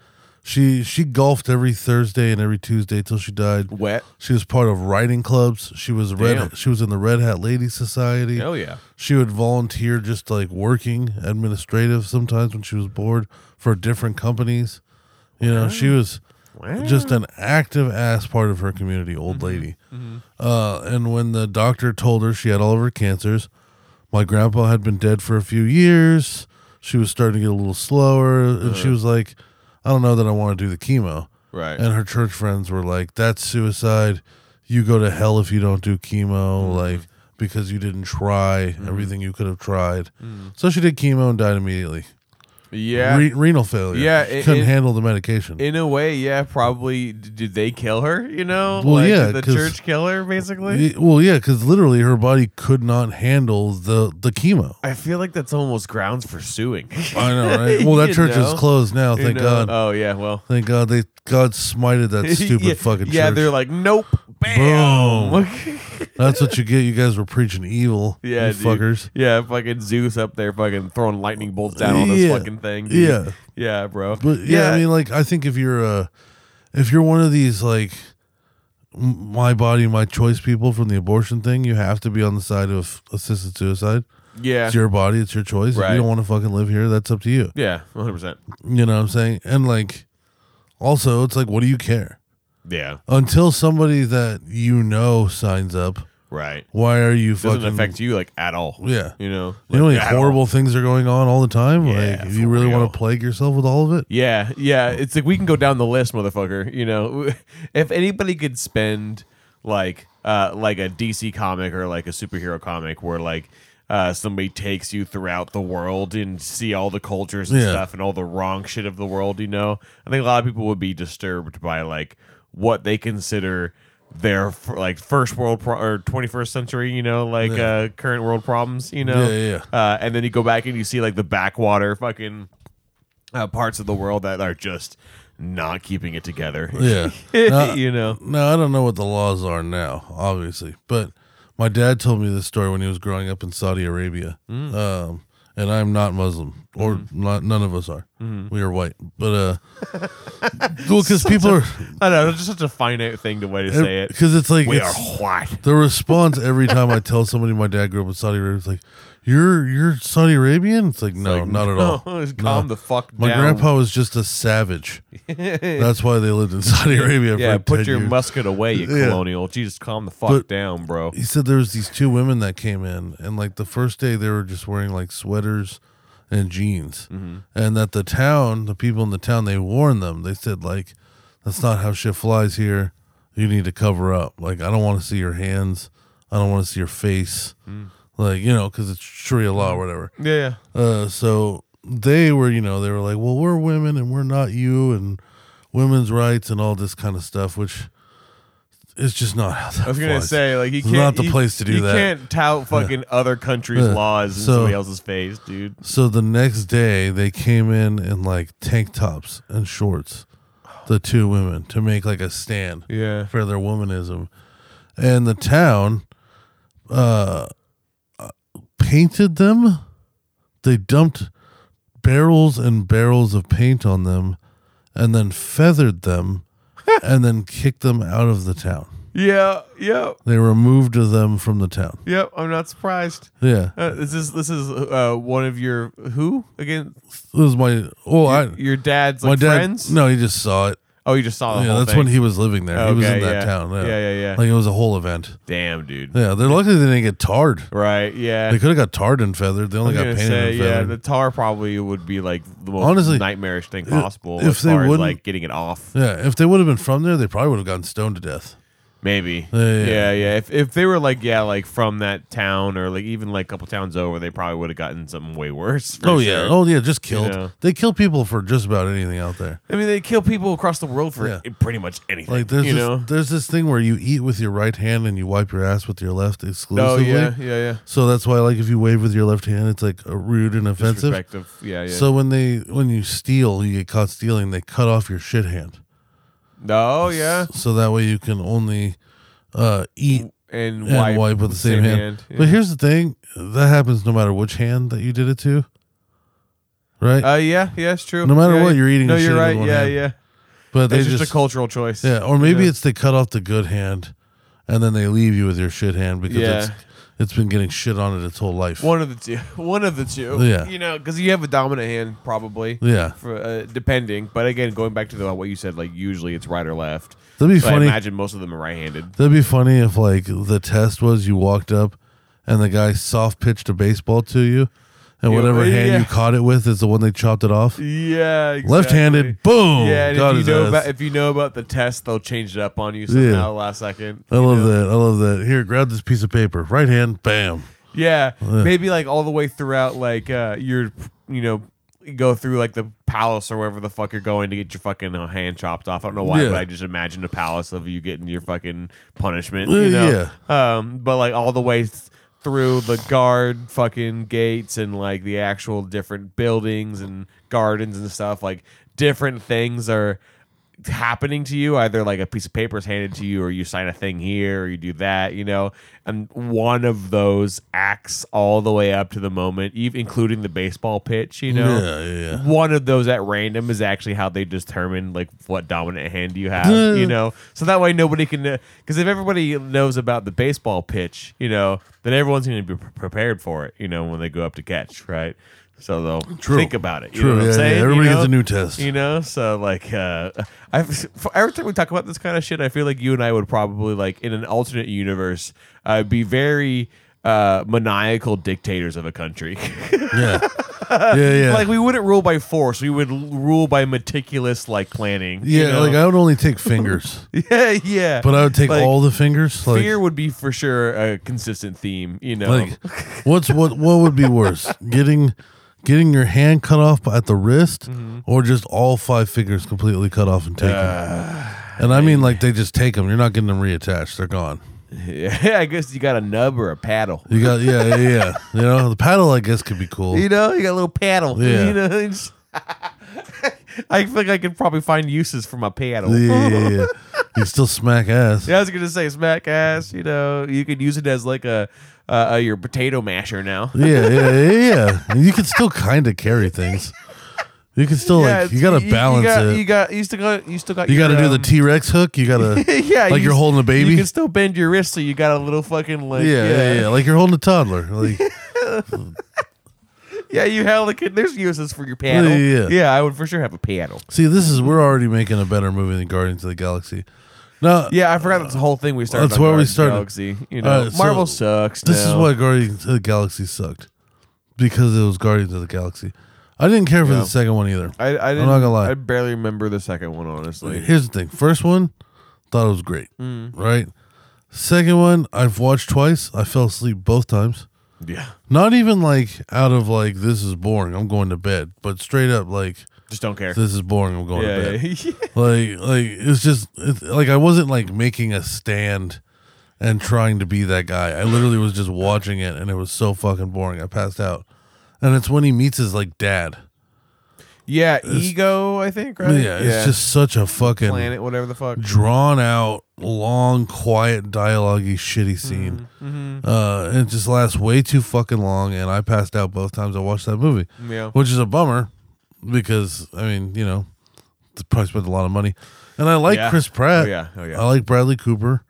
She she golfed every Thursday and every Tuesday till she died. wet. She was part of riding clubs. She was Damn. red. She was in the Red Hat Ladies Society. Oh yeah. She would volunteer just like working administrative sometimes when she was bored for different companies. You know, she was just an active ass part of her community, old lady. Uh, and when the doctor told her she had all of her cancers, my grandpa had been dead for a few years. She was starting to get a little slower, and she was like, "I don't know that I want to do the chemo." Right. And her church friends were like, "That's suicide. You go to hell if you don't do chemo, Mm-hmm. like because you didn't try everything you could have tried." So she did chemo and died immediately. Mm. Yeah. Re- renal failure. Yeah, She it- couldn't it- handle the medication. in a way, yeah, probably. D- Did they kill her? You know, Well, like, yeah, did the 'cause- church kill her, Y- basically. well, yeah, because literally her body could not handle the the chemo. I feel like that's almost grounds for suing. I know, right? Well, that You church know? is closed now. You Oh, Thank know? God. Oh yeah, well, Thank God they God smited that stupid yeah, fucking church. Yeah, they're like, nope, bam. boom. That's what you get. You guys were preaching evil. yeah, you dude. fuckers. Yeah, fucking Zeus up there, fucking throwing lightning bolts down on this Yeah. fucking thing. dude. Yeah. yeah, bro. But yeah, I mean, like, I think if you're uh if you're one of these like m- my body, my choice people from the abortion thing, you have to be on the side of assisted suicide. yeah, It's your body, it's your choice. If Right. you don't want to fucking live here, that's up to you. yeah, one hundred percent. You know what I'm saying? And like, also, it's like, what do you care? Yeah, Until somebody that you know signs up, right. why are you Doesn't fucking? affect you like at all. Yeah. you know, You know how like, many at all. horrible things are going on all the time. Yeah, like, for if you really real. want to plague yourself with all of it, Yeah, yeah. It's like we can go down the list, motherfucker. You know, if anybody could spend like uh like a DC comic or like a superhero comic where like uh somebody takes you throughout the world and see all the cultures and Yeah. stuff and all the wrong shit of the world, you know, I think a lot of people would be disturbed by like what they consider their f- like first world pro- or 21st century you know like Yeah. uh current world problems you know Yeah, yeah, Uh, and then you go back and you see like the backwater fucking uh, parts of the world that are just not keeping it together. yeah. Now, you know. now, I don't know what the laws are now, obviously, but my dad told me this story when he was growing up in Saudi Arabia. Mm. Um, and I'm not Muslim, or Mm-hmm. not, none of us are. We are white, but uh, well, because people are I don't know. It's just such a finite thing to way to say it. because it's like We are it's- white. The response every time I tell somebody my dad grew up in Saudi Arabia is like, "You're you're Saudi Arabian?" It's like, no, Like, not at all. no, just calm the fuck My down. grandpa was just a savage. That's why they lived in Saudi Arabia. Yeah, for 10 put your years. musket away, you Yeah. colonial. Jesus, calm the fuck But- down, bro. He said there was these two women that came in, and like the first day they were just wearing like sweaters and jeans, Mm-hmm. and that the town, the people in the town, they warned them. They said like, "That's not how shit flies here. You need to cover up. Like, I don't want to see your hands. I don't Mm. want to see your face. Like, you know, because it's Sharia law or whatever." Yeah, Uh, so they were, you know, they were like, well, we're women and we're not you and women's rights and all this kind of stuff, which is just not how that I was gonna flies. say like he It's can't. not the he- place to do he that. can't tout fucking other countries' Yeah. laws in So- somebody else's face, dude. So the next day, they came in in like tank tops and shorts, the two women, to make like a stand Yeah. for their womanism. And the town uh, painted them. They dumped barrels and barrels of paint on them and then feathered them and then kicked them out of the town. Yeah. Yep. They removed them from the town. Yep. I'm not surprised. Yeah. Uh, this is this is uh, one of your who again? It was my, oh, I, Your dad's my like dad, friends? no, he just saw it. Oh, you just saw the yeah, whole that's thing. when he was living there. he was Okay, in that yeah. town. Yeah. Yeah, yeah, yeah. Like it was a whole event. Damn, dude. Yeah, they're lucky they didn't get tarred. Right? Yeah. They could have got tarred and feathered. They I only was got gonna painted say, and yeah, feathered. the tar probably would be like the most Honestly, nightmarish thing i- possible. if as they far as wouldn't- like getting it off, yeah, if they would have been from there, they probably would have gotten stoned to death. maybe. Yeah, yeah, yeah. If if they were like yeah, like from that town or like even like a couple towns over, they probably would have gotten something way worse. for oh yeah, sure. oh yeah, just killed. know. They kill people for just about anything out there. I mean, they kill people across the world for Yeah. pretty much anything. Like there's you this, know. there's this thing where you eat with your right hand and you wipe your ass with your left oh exclusively. yeah, yeah, yeah. So that's why like if you wave with your left hand, it's like uh, rude and offensive. Disrespective. Yeah, yeah. So when they when you steal, you get caught stealing, they cut off your shit hand. no, yeah, so that way you can only uh, eat and, and wipe, with the same, hand. But here's the thing: that happens no matter which hand that you did it to, right? yeah. uh, yeah, yeah, it's true. No matter Yeah, what, you're eating No, the you're shit with right. one yeah, hand. yeah. but they It's just, just, a cultural choice. yeah, or maybe Yeah. it's they cut off the good hand, and then they leave you with your shit hand because Yeah. it's it's been getting shit on it its whole life. one of the two. One of the two. Yeah. you know, because you have a dominant hand probably. yeah, For, uh, depending, but again, going back to the, what you said, like usually it's right or left. that'd be So I funny. imagine most of them are right-handed. That'd be funny if like the test was you walked up and the guy soft pitched a baseball to you, and Yeah, whatever hand yeah. you caught it with is the one they chopped it off. Yeah, exactly. Left-handed, boom! Yeah, and Got if his you know ass. about if you know about the test, they'll change it up on you somehow Yeah. last second. I you love know? that. I love that. Here, grab this piece of paper. Right hand, bam. Yeah, maybe like all the way throughout, like uh, your, you know, you go through like the palace or wherever the fuck you're going to get your fucking uh, hand chopped off. I don't know why, Yeah. but I just imagine a palace of you getting your fucking punishment. Uh, You know? Yeah. Um, but like all the way. th- through the guard fucking gates and like the actual different buildings and gardens and stuff like different things are happening to you either like a piece of paper is handed to you or you sign a thing here or you do that you know and one of those acts all the way up to the moment even including the baseball pitch you know Yeah, yeah, yeah. one of those at random is actually how they determine like what dominant hand you have Hmm. you know so that way nobody can because if everybody knows about the baseball pitch you know then everyone's going to be pre- prepared for it you know when they go up to catch right so they'll think about it you True, know what yeah, i'm yeah. saying You Everybody gets know? a new test. you know so like uh i every time we talk about this kind of shit i feel like you and i would probably like in an alternate universe uh be very uh maniacal dictators of a country Yeah. yeah, yeah. like we wouldn't rule by force we would l- rule by meticulous like planning you yeah, know? like I would only take fingers, yeah yeah but I would take Like, all the fingers. Like, fear would be for sure a consistent theme you know like what's what what would be worse? Getting getting your hand cut off at the wrist Mm-hmm. or just all five fingers completely cut off and taken? Ah, and I mean like they just take them. You're not getting them reattached. They're gone. yeah i guess you got a nub or a paddle You got yeah, yeah, yeah. You know, the paddle I guess could be cool. You know, you got a little paddle. Yeah. You know, it's- I feel like I could probably find uses for my paddle. Yeah, yeah, yeah. You still smack ass. Yeah, I was gonna say smack ass. You know, you could use it as like a uh, uh, your potato masher now. yeah, yeah, yeah, yeah. You can still kind of carry things. You can still like it's- you gotta balance you got, it. You got you still got you still got You your, gotta do the um, T Rex hook. You gotta yeah, like you you're s- holding a baby. You can still bend your wrist, so you got a little fucking like yeah, yeah, yeah. Like you're holding a toddler. Like Yeah, you hella can. There's uses for your paddle. Yeah. yeah, I would for sure have a paddle. see, this is we're already making a better movie than Guardians of the Galaxy. No, Yeah, I forgot that's the whole thing we started. That's on where we Guardians of the started. Galaxy, you know, Uh, so Marvel sucks. this is now. why Guardians of the Galaxy sucked because it was Guardians of the Galaxy. I didn't care for Yeah. the second one either. I, I didn't, not gonna lie. I barely remember the second one, honestly. Here's the thing. First one, thought it was Mm. great. Right. Second one, I've watched twice. I fell asleep both times. Yeah. Not even like out of like this is boring. I'm going to bed, but straight up like Just don't care. this is boring. I'm going to Yeah, bed. yeah, yeah. like like it's just it's, like i wasn't like making a stand and trying to be that guy i literally was just watching it and it was so fucking boring i passed out and it's when he meets his like dad Yeah, ego, I think, yeah, right? it's just such a fucking planet, whatever the fuck. drawn out long quiet dialogue shitty scene Mm-hmm. uh and it just lasts way too fucking long and i passed out both times i watched that movie Yeah. which is a bummer because i mean you know they probably spent a lot of money and i like Yeah. chris pratt Oh, yeah. Oh, yeah. Mm-hmm. I like Bradley Cooper.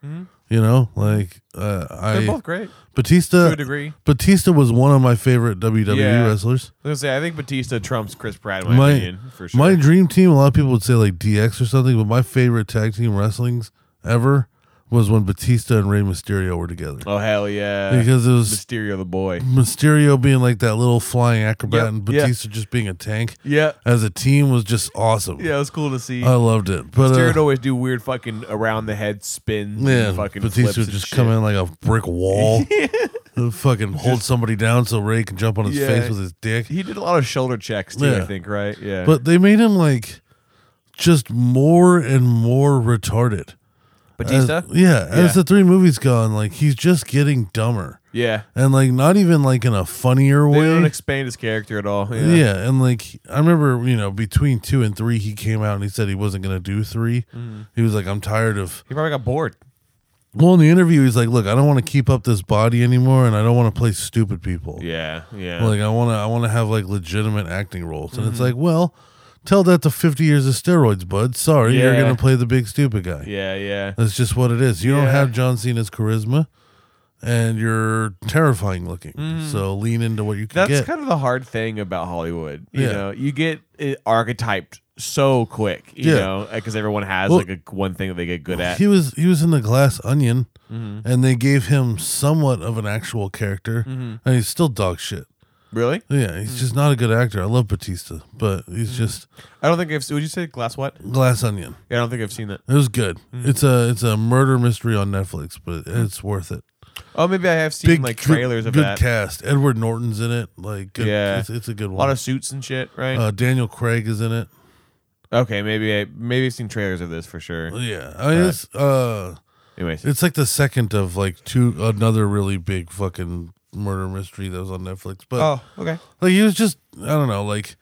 You know, like uh, I They're both great Batista. to a degree. Batista was one of my favorite WWE Yeah. wrestlers. I was gonna say, I think Batista trumps Chris Pratt in my, My- opinion for sure. My dream team. A lot of people would say like DX or something, but my favorite tag team wrestlings ever was when Batista and Rey Mysterio were together oh hell yeah! because it was Mysterio the boy. Mysterio being like that little flying acrobat Yeah, and yeah. Batista just being a tank Yeah, as a team was just awesome. yeah, it was cool to see. I loved it. But Mysterio would uh, always do weird fucking around the head spins. yeah, and fucking Batista flips would and just shit. come in like a brick wall. He'll fucking hold somebody down so Ray can jump on his Yeah. face with his dick. He did a lot of shoulder checks too. I Yeah. think right. Yeah, But they made him like just more and more retarded. As- Batista. uh, yeah, Yeah. as the three movies gone, like he's just getting dumber yeah, and like not even like in a funnier they way. don't expand his character at all. yeah. and like I remember, you know, between two and three, he came out and he said he wasn't gonna do 3 Mm-hmm. He was like, "I'm tired of he probably got bored. Well, in the interview, he's like, "Look, I don't want to keep up this body anymore, and I don't want to play stupid people. Yeah, yeah. Like, I want to, I want to have like legitimate acting roles." And it's Mm-hmm. like, well, tell that to fifty years of steroids, bud. Sorry, you're Yeah. gonna play the big stupid guy. yeah, yeah. That's just what it is. You Yeah. don't have John Cena's charisma, and you're terrifying looking. So lean into what you can Mm. That's get. kind of the hard thing about Hollywood. You Yeah. know, you get it archetyped so quick, you Yeah. know, because everyone has Well- like a one thing that they get good at. he was he was in the Glass Onion, Mm-hmm. and they gave him somewhat of an actual character, Mm-hmm. and he's still dog shit. really? Oh, Yeah, he's Mm. just not a good actor. I love Batista, but he's just I don't think I've would you say glass what? Glass Onion. Yeah, I don't think I've seen that. It was good. Mm. It's a it's a murder mystery on Netflix, but it's worth it. Oh, maybe I have Mm. seen like good- trailers good, of that. cast. Edward Norton's in it. Like, good, Yeah. it's, it's a good A one. lot of suits and shit, right? uh, Daniel Craig is in it. okay, maybe I maybe I've seen trailers of this for sure. Oh, Yeah, I mean, it's uh, Anyways, it's like the second of like two another really big fucking murder mystery that was on Netflix. But oh okay, Like he was just I don't know, like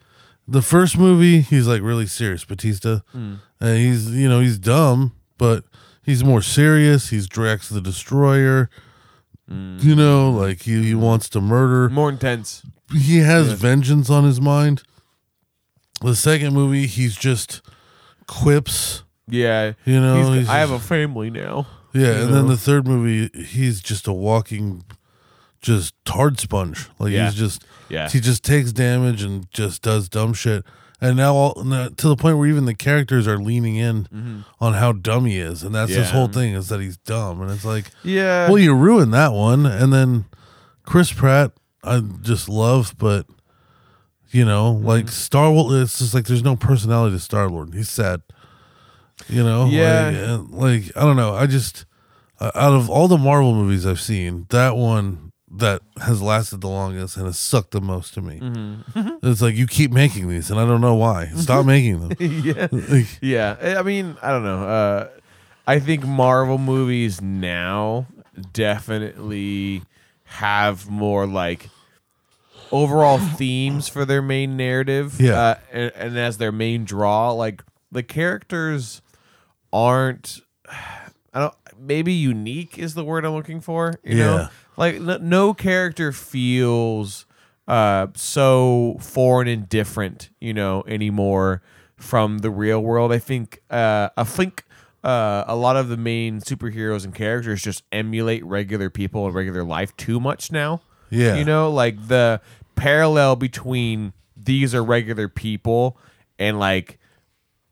the first movie, he's like really serious, Batista. Hmm. And he's you know, he's dumb, but he's more serious. He's Drax the Destroyer. Hmm. You know, like he, he wants to murder. more intense. He has Yeah. vengeance on his mind. The second movie, he's just quips. Yeah, You know, He's- he's I have a just- family now. Yeah, you and then know. the third movie, he's just a walking just hard sponge. Like Yeah. he's just Yeah, he just takes damage and just does dumb shit. And now, all, now to the point where even the characters are leaning in on how dumb he is, and that's his Mm-hmm. Yeah. whole thing is that he's dumb. And it's like, yeah. well, you ruined that one. And then Chris Pratt, I just love, but you know, Mm-hmm. like Star Lord, it's just like there's no personality to Star Lord. He's sad. You know, Yeah. Like, uh, like I don't know. I just uh, out of all the Marvel movies I've seen, that one that has lasted the longest and has sucked the most to me. Mm-hmm. it's like you keep making these, and I don't know why. Stop making them. yeah. Like, Yeah, Eh, I I mean, I don't know. Uh, I think Marvel movies now definitely have more like overall themes for their main narrative. Yeah. uh, and, and as their main draw, like the characters aren't. I don't. Maybe unique is the word I'm looking for. You Yeah. know, like no, no character feels uh so foreign and different you know anymore from the real world i think uh i think uh, a lot of the main superheroes and characters just emulate regular people in regular life too much now Yeah. you know like the parallel between these are regular people and like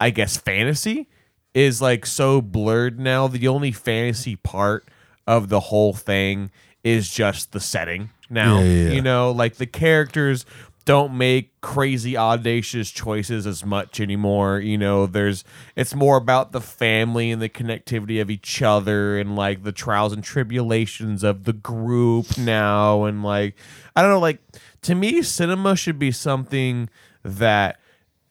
I guess fantasy is like so blurred now. The only fantasy part of the whole thing is just the setting now. Yeah, yeah, yeah. You know, like the characters don't make crazy audacious choices as much anymore. You know, there's it's more about the family and the connectivity of each other and like the trials and tribulations of the group now and like I don't know like to me cinema should be something that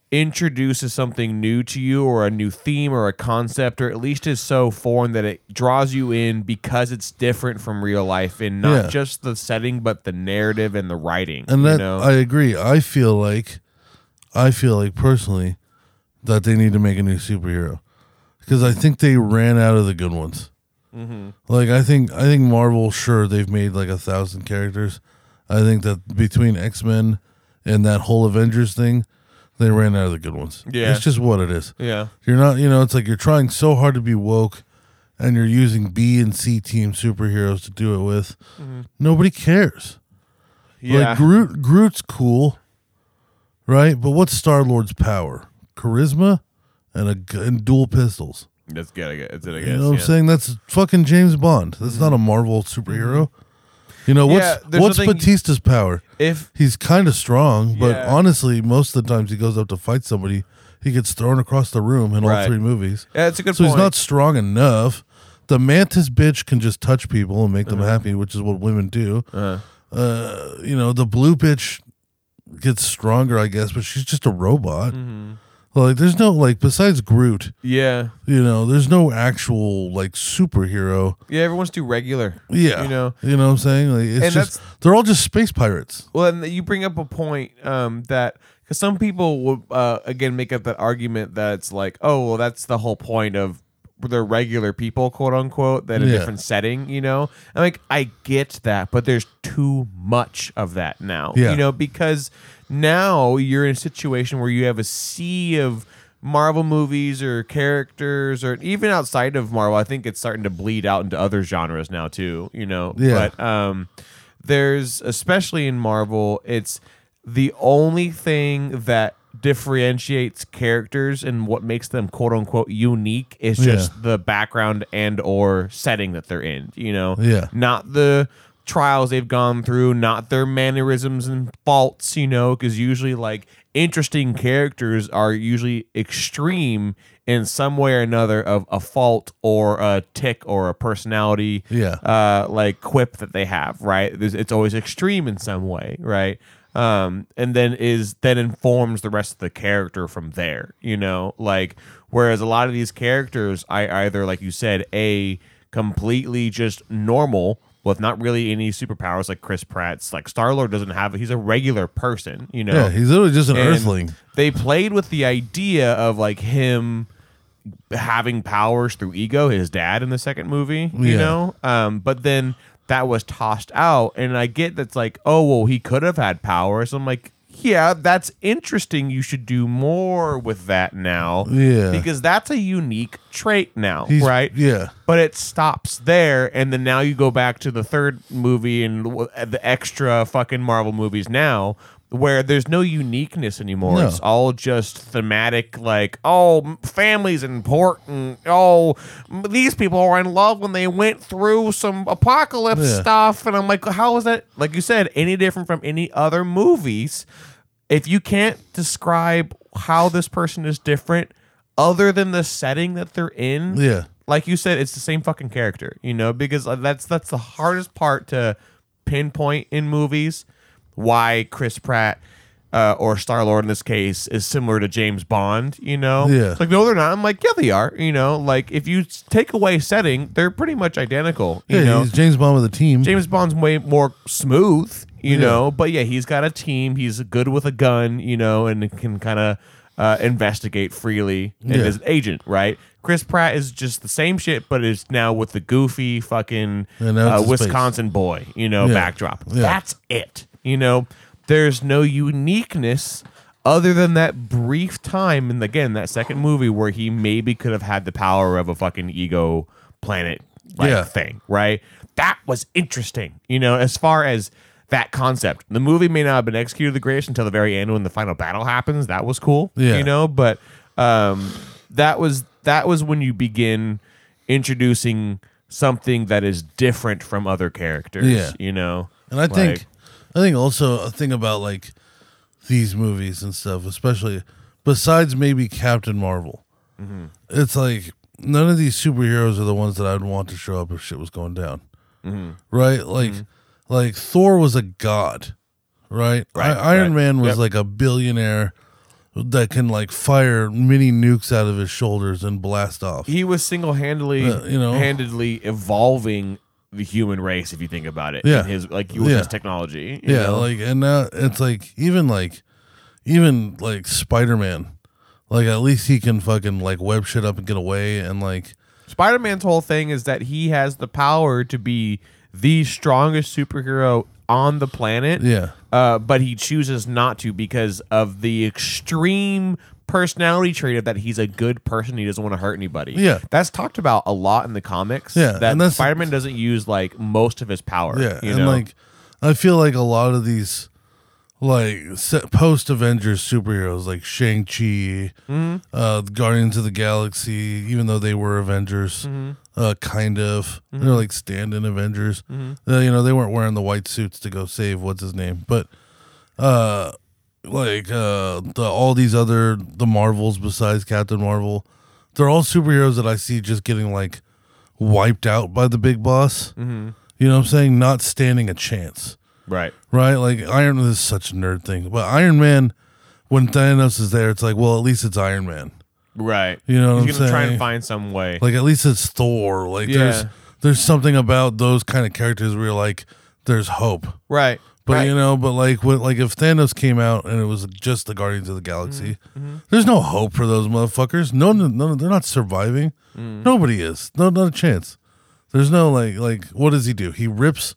introduces something new to you or a new theme or a concept or at least is so foreign that it draws you in because it's different from real life and not Yeah. just the setting but the narrative and the writing And that you know I agree. I feel like, I feel like personally, that they need to make a new superhero because I think they ran out of the good ones. Mm-hmm. Like I think I think Marvel, sure they've made like a thousand characters. I think that between X Men and that whole Avengers thing, they ran out of the good ones. Yeah. it's just what it is. yeah You're not, you know, it's like you're trying so hard to be woke and you're using B and C team superheroes to do it with. Mm-hmm. Nobody cares. Yeah. Like Groot Groot's cool, right? But what's Star Lord's power? Charisma and a gu- and dual pistols. that's good I guess, that's it, I guess You know what I'm yeah. saying? That's fucking James Bond. That's not a Marvel superhero. You know what's Mm-hmm. Yeah, there's what's nothing- Batista's power? if He's kind of strong, but Yeah. honestly, most of the times he goes up to fight somebody, he gets thrown across the room in all Right. three movies. yeah, it's a good So point he's not strong enough. The mantis bitch can just touch people and make them happy, which is what women do. Uh-huh. Uh, you know, the blue bitch gets stronger, I guess, but she's just a robot. Mm-hmm. Like, there's no like besides Groot. yeah You know, there's no actual like superhero. yeah everyone's too regular Yeah, you know you know what I'm saying. Like, it's And just they're all just space pirates. Well, and you bring up a point um, that because some people will uh, again make up that argument that it's like, oh, well, that's the whole point of they're regular people, quote unquote, than a Yeah. different setting, you know. I'm like, I get that, but there's too much of that now, Yeah. you know, because now you're in a situation where you have a sea of Marvel movies or characters, or even outside of Marvel, I think it's starting to bleed out into other genres now too, you know. Yeah. But um, there's especially in Marvel, it's the only thing that differentiates characters and what makes them quote unquote unique is just Yeah. the background and or setting that they're in, you know. Yeah. Not the trials they've gone through, not their mannerisms and faults, you know, cuz usually like interesting characters are usually extreme in some way or another of a fault or a tick or a personality Yeah. uh, like quip that they have, right? There's, it's always extreme in some way, right? Um, and then is then informs the rest of the character from there, you know. Like whereas a lot of these characters, I either like you said, a completely just normal with not really any superpowers, like Chris Pratt's, like Star Lord doesn't have. He's a regular person, you know. Yeah, he's literally just an Oh. And Earthling. They played with the idea of like him having powers through ego, his dad in the second movie, you Yeah. know? Um, but then that was tossed out. And I get that's like, oh, well, he could have had powers. I'm like, yeah, that's interesting. You should do more with that now. Yeah. Because that's a unique trait now, He's- right? Yeah, but it stops there and then now you go back to the third movie and w- uh, the extra fucking marvel movies now where there's no uniqueness anymore No. it's all just thematic like oh m- family's important oh m- these people are in love when they went through some apocalypse Yeah. stuff and i'm like how is that like you said any different from any other movies if you can't describe how this person is different other than the setting that they're in yeah. like you said, it's the same fucking character, you know, because uh, that's that's the hardest part to pinpoint in movies. Why Chris Pratt uh, or Star Lord in this case is similar to James Bond, you know? Yeah. It's like no, they're not. I'm like, yeah, they are. You know, like if you s- take away setting, they're pretty much identical. You yeah, know, he's James Bond with a team. James Bond's way more smooth, you know. But yeah, he's got a team. He's good with a gun, you know, and can kind of uh, investigate freely and Yeah. is an agent, right? Chris Pratt is just the same shit, but is now with the goofy fucking And now it's uh, a space. Wisconsin boy, you know, Yeah. backdrop. Yeah. That's it. You know, there's no uniqueness other than that brief time, and again, that second movie where he maybe could have had the power of a fucking ego planet like Yeah. thing, right? That was interesting, you know, as far as that concept. The movie may not have been executed the greatest until the very end when the final battle happens. That was cool, Yeah. you know, but um, that was that was when you begin introducing something that is different from other characters, Yeah. you know. And I Like, think, I think also a thing about like these movies and stuff, especially besides maybe Captain Marvel. Mm-hmm. It's like none of these superheroes are the ones that I'd want to show up if shit was going down, Mm-hmm. right? Like, like Thor was a god, right? Right, I- Iron right. Man was Yep. like a billionaire that can like fire mini nukes out of his shoulders and blast off. He was single handedly, Uh, you you know. know, handedly evolving the human race. If you think about it, Yeah. in his like with Yeah. his technology. you Yeah, know? like and now it's like even like even like Spider Man, like at least he can fucking like web shit up and get away and like Spider Man's whole thing is that he has the power to be the strongest superhero on the planet. yeah. Uh, but he chooses not to because of the extreme personality trait of that he's a good person. He doesn't want to hurt anybody. Yeah. That's talked about a lot in the comics. Yeah, and That that's- Spider Man doesn't use like most of his power. Yeah, You and know? like I feel like a lot of these like post Avengers superheroes like Shang Chi, Mm-hmm. uh, Guardians of the Galaxy, even though they were Avengers, Mm-hmm. uh, kind of they're like stand in Avengers. Mm-hmm. Uh, you know, they weren't wearing the white suits to go save what's his name, but uh, like uh, the all these other the Marvels besides Captain Marvel, they're all superheroes that I see just getting like wiped out by the big boss. Mm-hmm. You know what I'm saying? Not standing a chance, right. right? Like Iron this is such a nerd thing, but Iron Man, when Thanos is there, it's like, well, at least it's Iron Man. Right. You know what he's I'm gonna try and saying? find some way. Like at least it's Thor. Like there's Yeah. there's something about those kind of characters where you're like, there's hope. right. But right. you know, but like when, like if Thanos came out and it was just the Guardians of the Galaxy, Mm-hmm. there's no hope for those motherfuckers. No, no, no they're not surviving. Mm. Nobody is. No, not a chance. There's no like like what does he do? He rips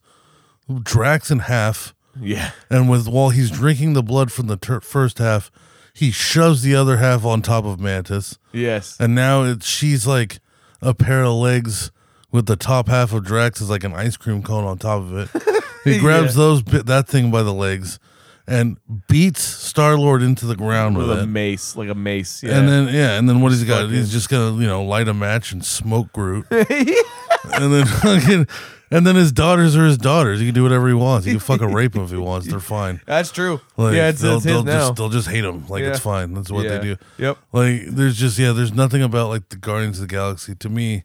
Drax in half, yeah. and with while he's drinking the blood from the ter- first half, he shoves the other half on top of Mantis, Yes. and now it's she's like a pair of legs with the top half of Drax is like an ice cream cone on top of it. He grabs those bit that thing by the legs and beats Star Lord into the ground with, With a it. mace, like a mace. Yeah. And then yeah, and then what he's got? He's just gonna you know light a match and smoke Groot, and then fucking, and then his daughters are his daughters. He can do whatever he wants. He can fucking rape them if he wants. They're fine. that's true. Like, yeah, it's, they'll, it's his they'll now. just they'll just hate him. Like Yeah. it's fine. That's what yeah. they do. Yep. Like there's just yeah, there's nothing about like the Guardians of the Galaxy to me.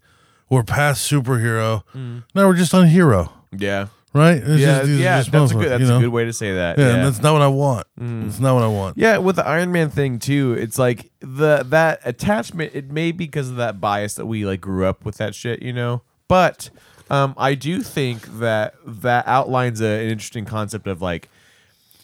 We're past superhero. Now we're just on hero, Yeah. right? It's Mm. Yeah. just- these are yeah. just That's a motherfuckers, good. That's you know? a good way to say that. Yeah, and that's not what I want. It's not what I want. Yeah, with the Iron Man thing too, it's like the that attachment. It may be because of that bias that we like grew up with that shit, you know. But um, I do think that that outlines a, an interesting concept of like,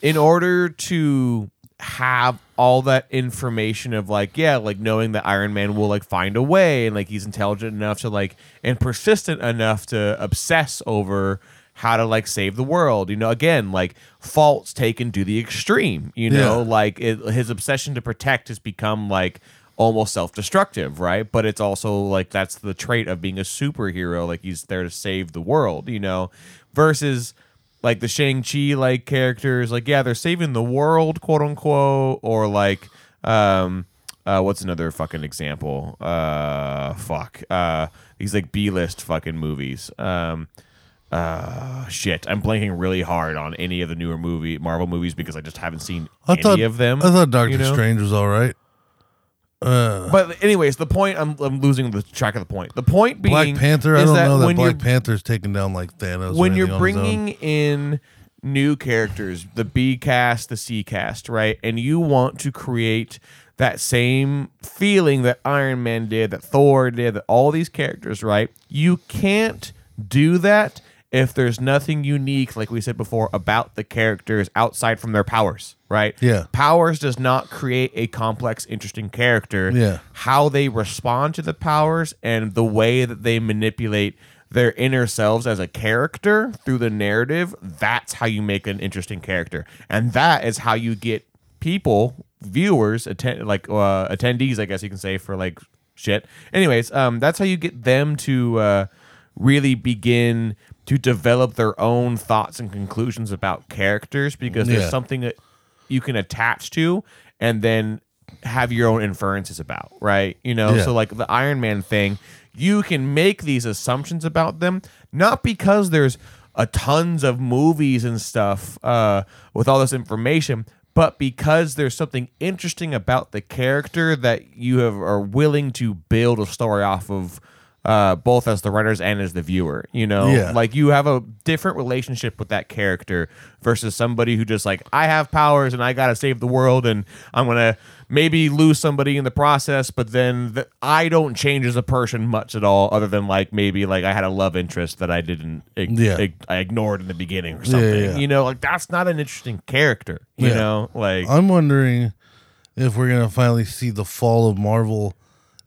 in order to have all that information of like, yeah, like knowing that Iron Man will like find a way and like he's intelligent enough to like and persistent enough to obsess over how to like save the world. You know, again, like faults taken to the extreme, you know, Yeah. like it, his obsession to protect has become like almost self-destructive right but it's also like that's the trait of being a superhero like he's there to save the world you know versus like the shang-chi like characters like yeah they're saving the world quote unquote or like um uh what's another fucking example uh fuck uh these like b-list fucking movies um uh shit i'm blanking really hard on any of the newer movie marvel movies because i just haven't seen I any thought of them I thought Doctor you know? Strange was all right. But anyways, the point I'm, I'm losing the track of the point. The point being Black Panther. I is don't know that when Black you're- Panther's taken down like Thanos. or when you're anything on his own. bringing in new characters, the B cast, the C cast, right? And you want to create that same feeling that Iron Man did, that Thor did, that all these characters, right? You can't do that if there's nothing unique, like we said before, about the characters outside from their powers, right? Yeah. Powers does not create a complex, interesting character Yeah. how they respond to the powers and the way that they manipulate their inner selves as a character through the narrative that's how you make an interesting character and that is how you get people viewers attend like uh, attendees i guess you can say for like shit anyways um that's how you get them to uh really begin to develop their own thoughts and conclusions about characters because Yeah. there's something that you can attach to and then have your own inferences about, right? You know, Yeah. so like the Iron Man thing, you can make these assumptions about them, not because there's a tons of movies and stuff uh, with all this information, but because there's something interesting about the character that you have are willing to build a story off of uh, both as the writers and as the viewer, you know, Yeah. like you have a different relationship with that character versus somebody who just like I have powers and I gotta save the world and I'm gonna maybe lose somebody in the process, but then th- I don't change as a person much at all, other than like maybe like I had a love interest that I didn't ig- Yeah. ig- I ignored in the beginning or something, yeah. you know, like that's not an interesting character, you Yeah. Uh, know, like I'm wondering if we're gonna finally see the fall of Marvel,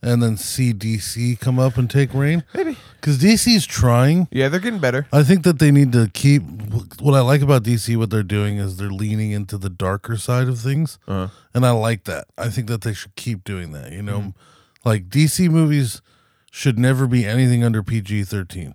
and then see DC come up and take reign. Maybe because DC's trying. yeah, they're getting better. I think that they need to keep what I like about DC. What they're doing is they're leaning into the darker side of things, and I like that. I think that they should keep doing that. You know, like DC movies should never be anything under PG thirteen.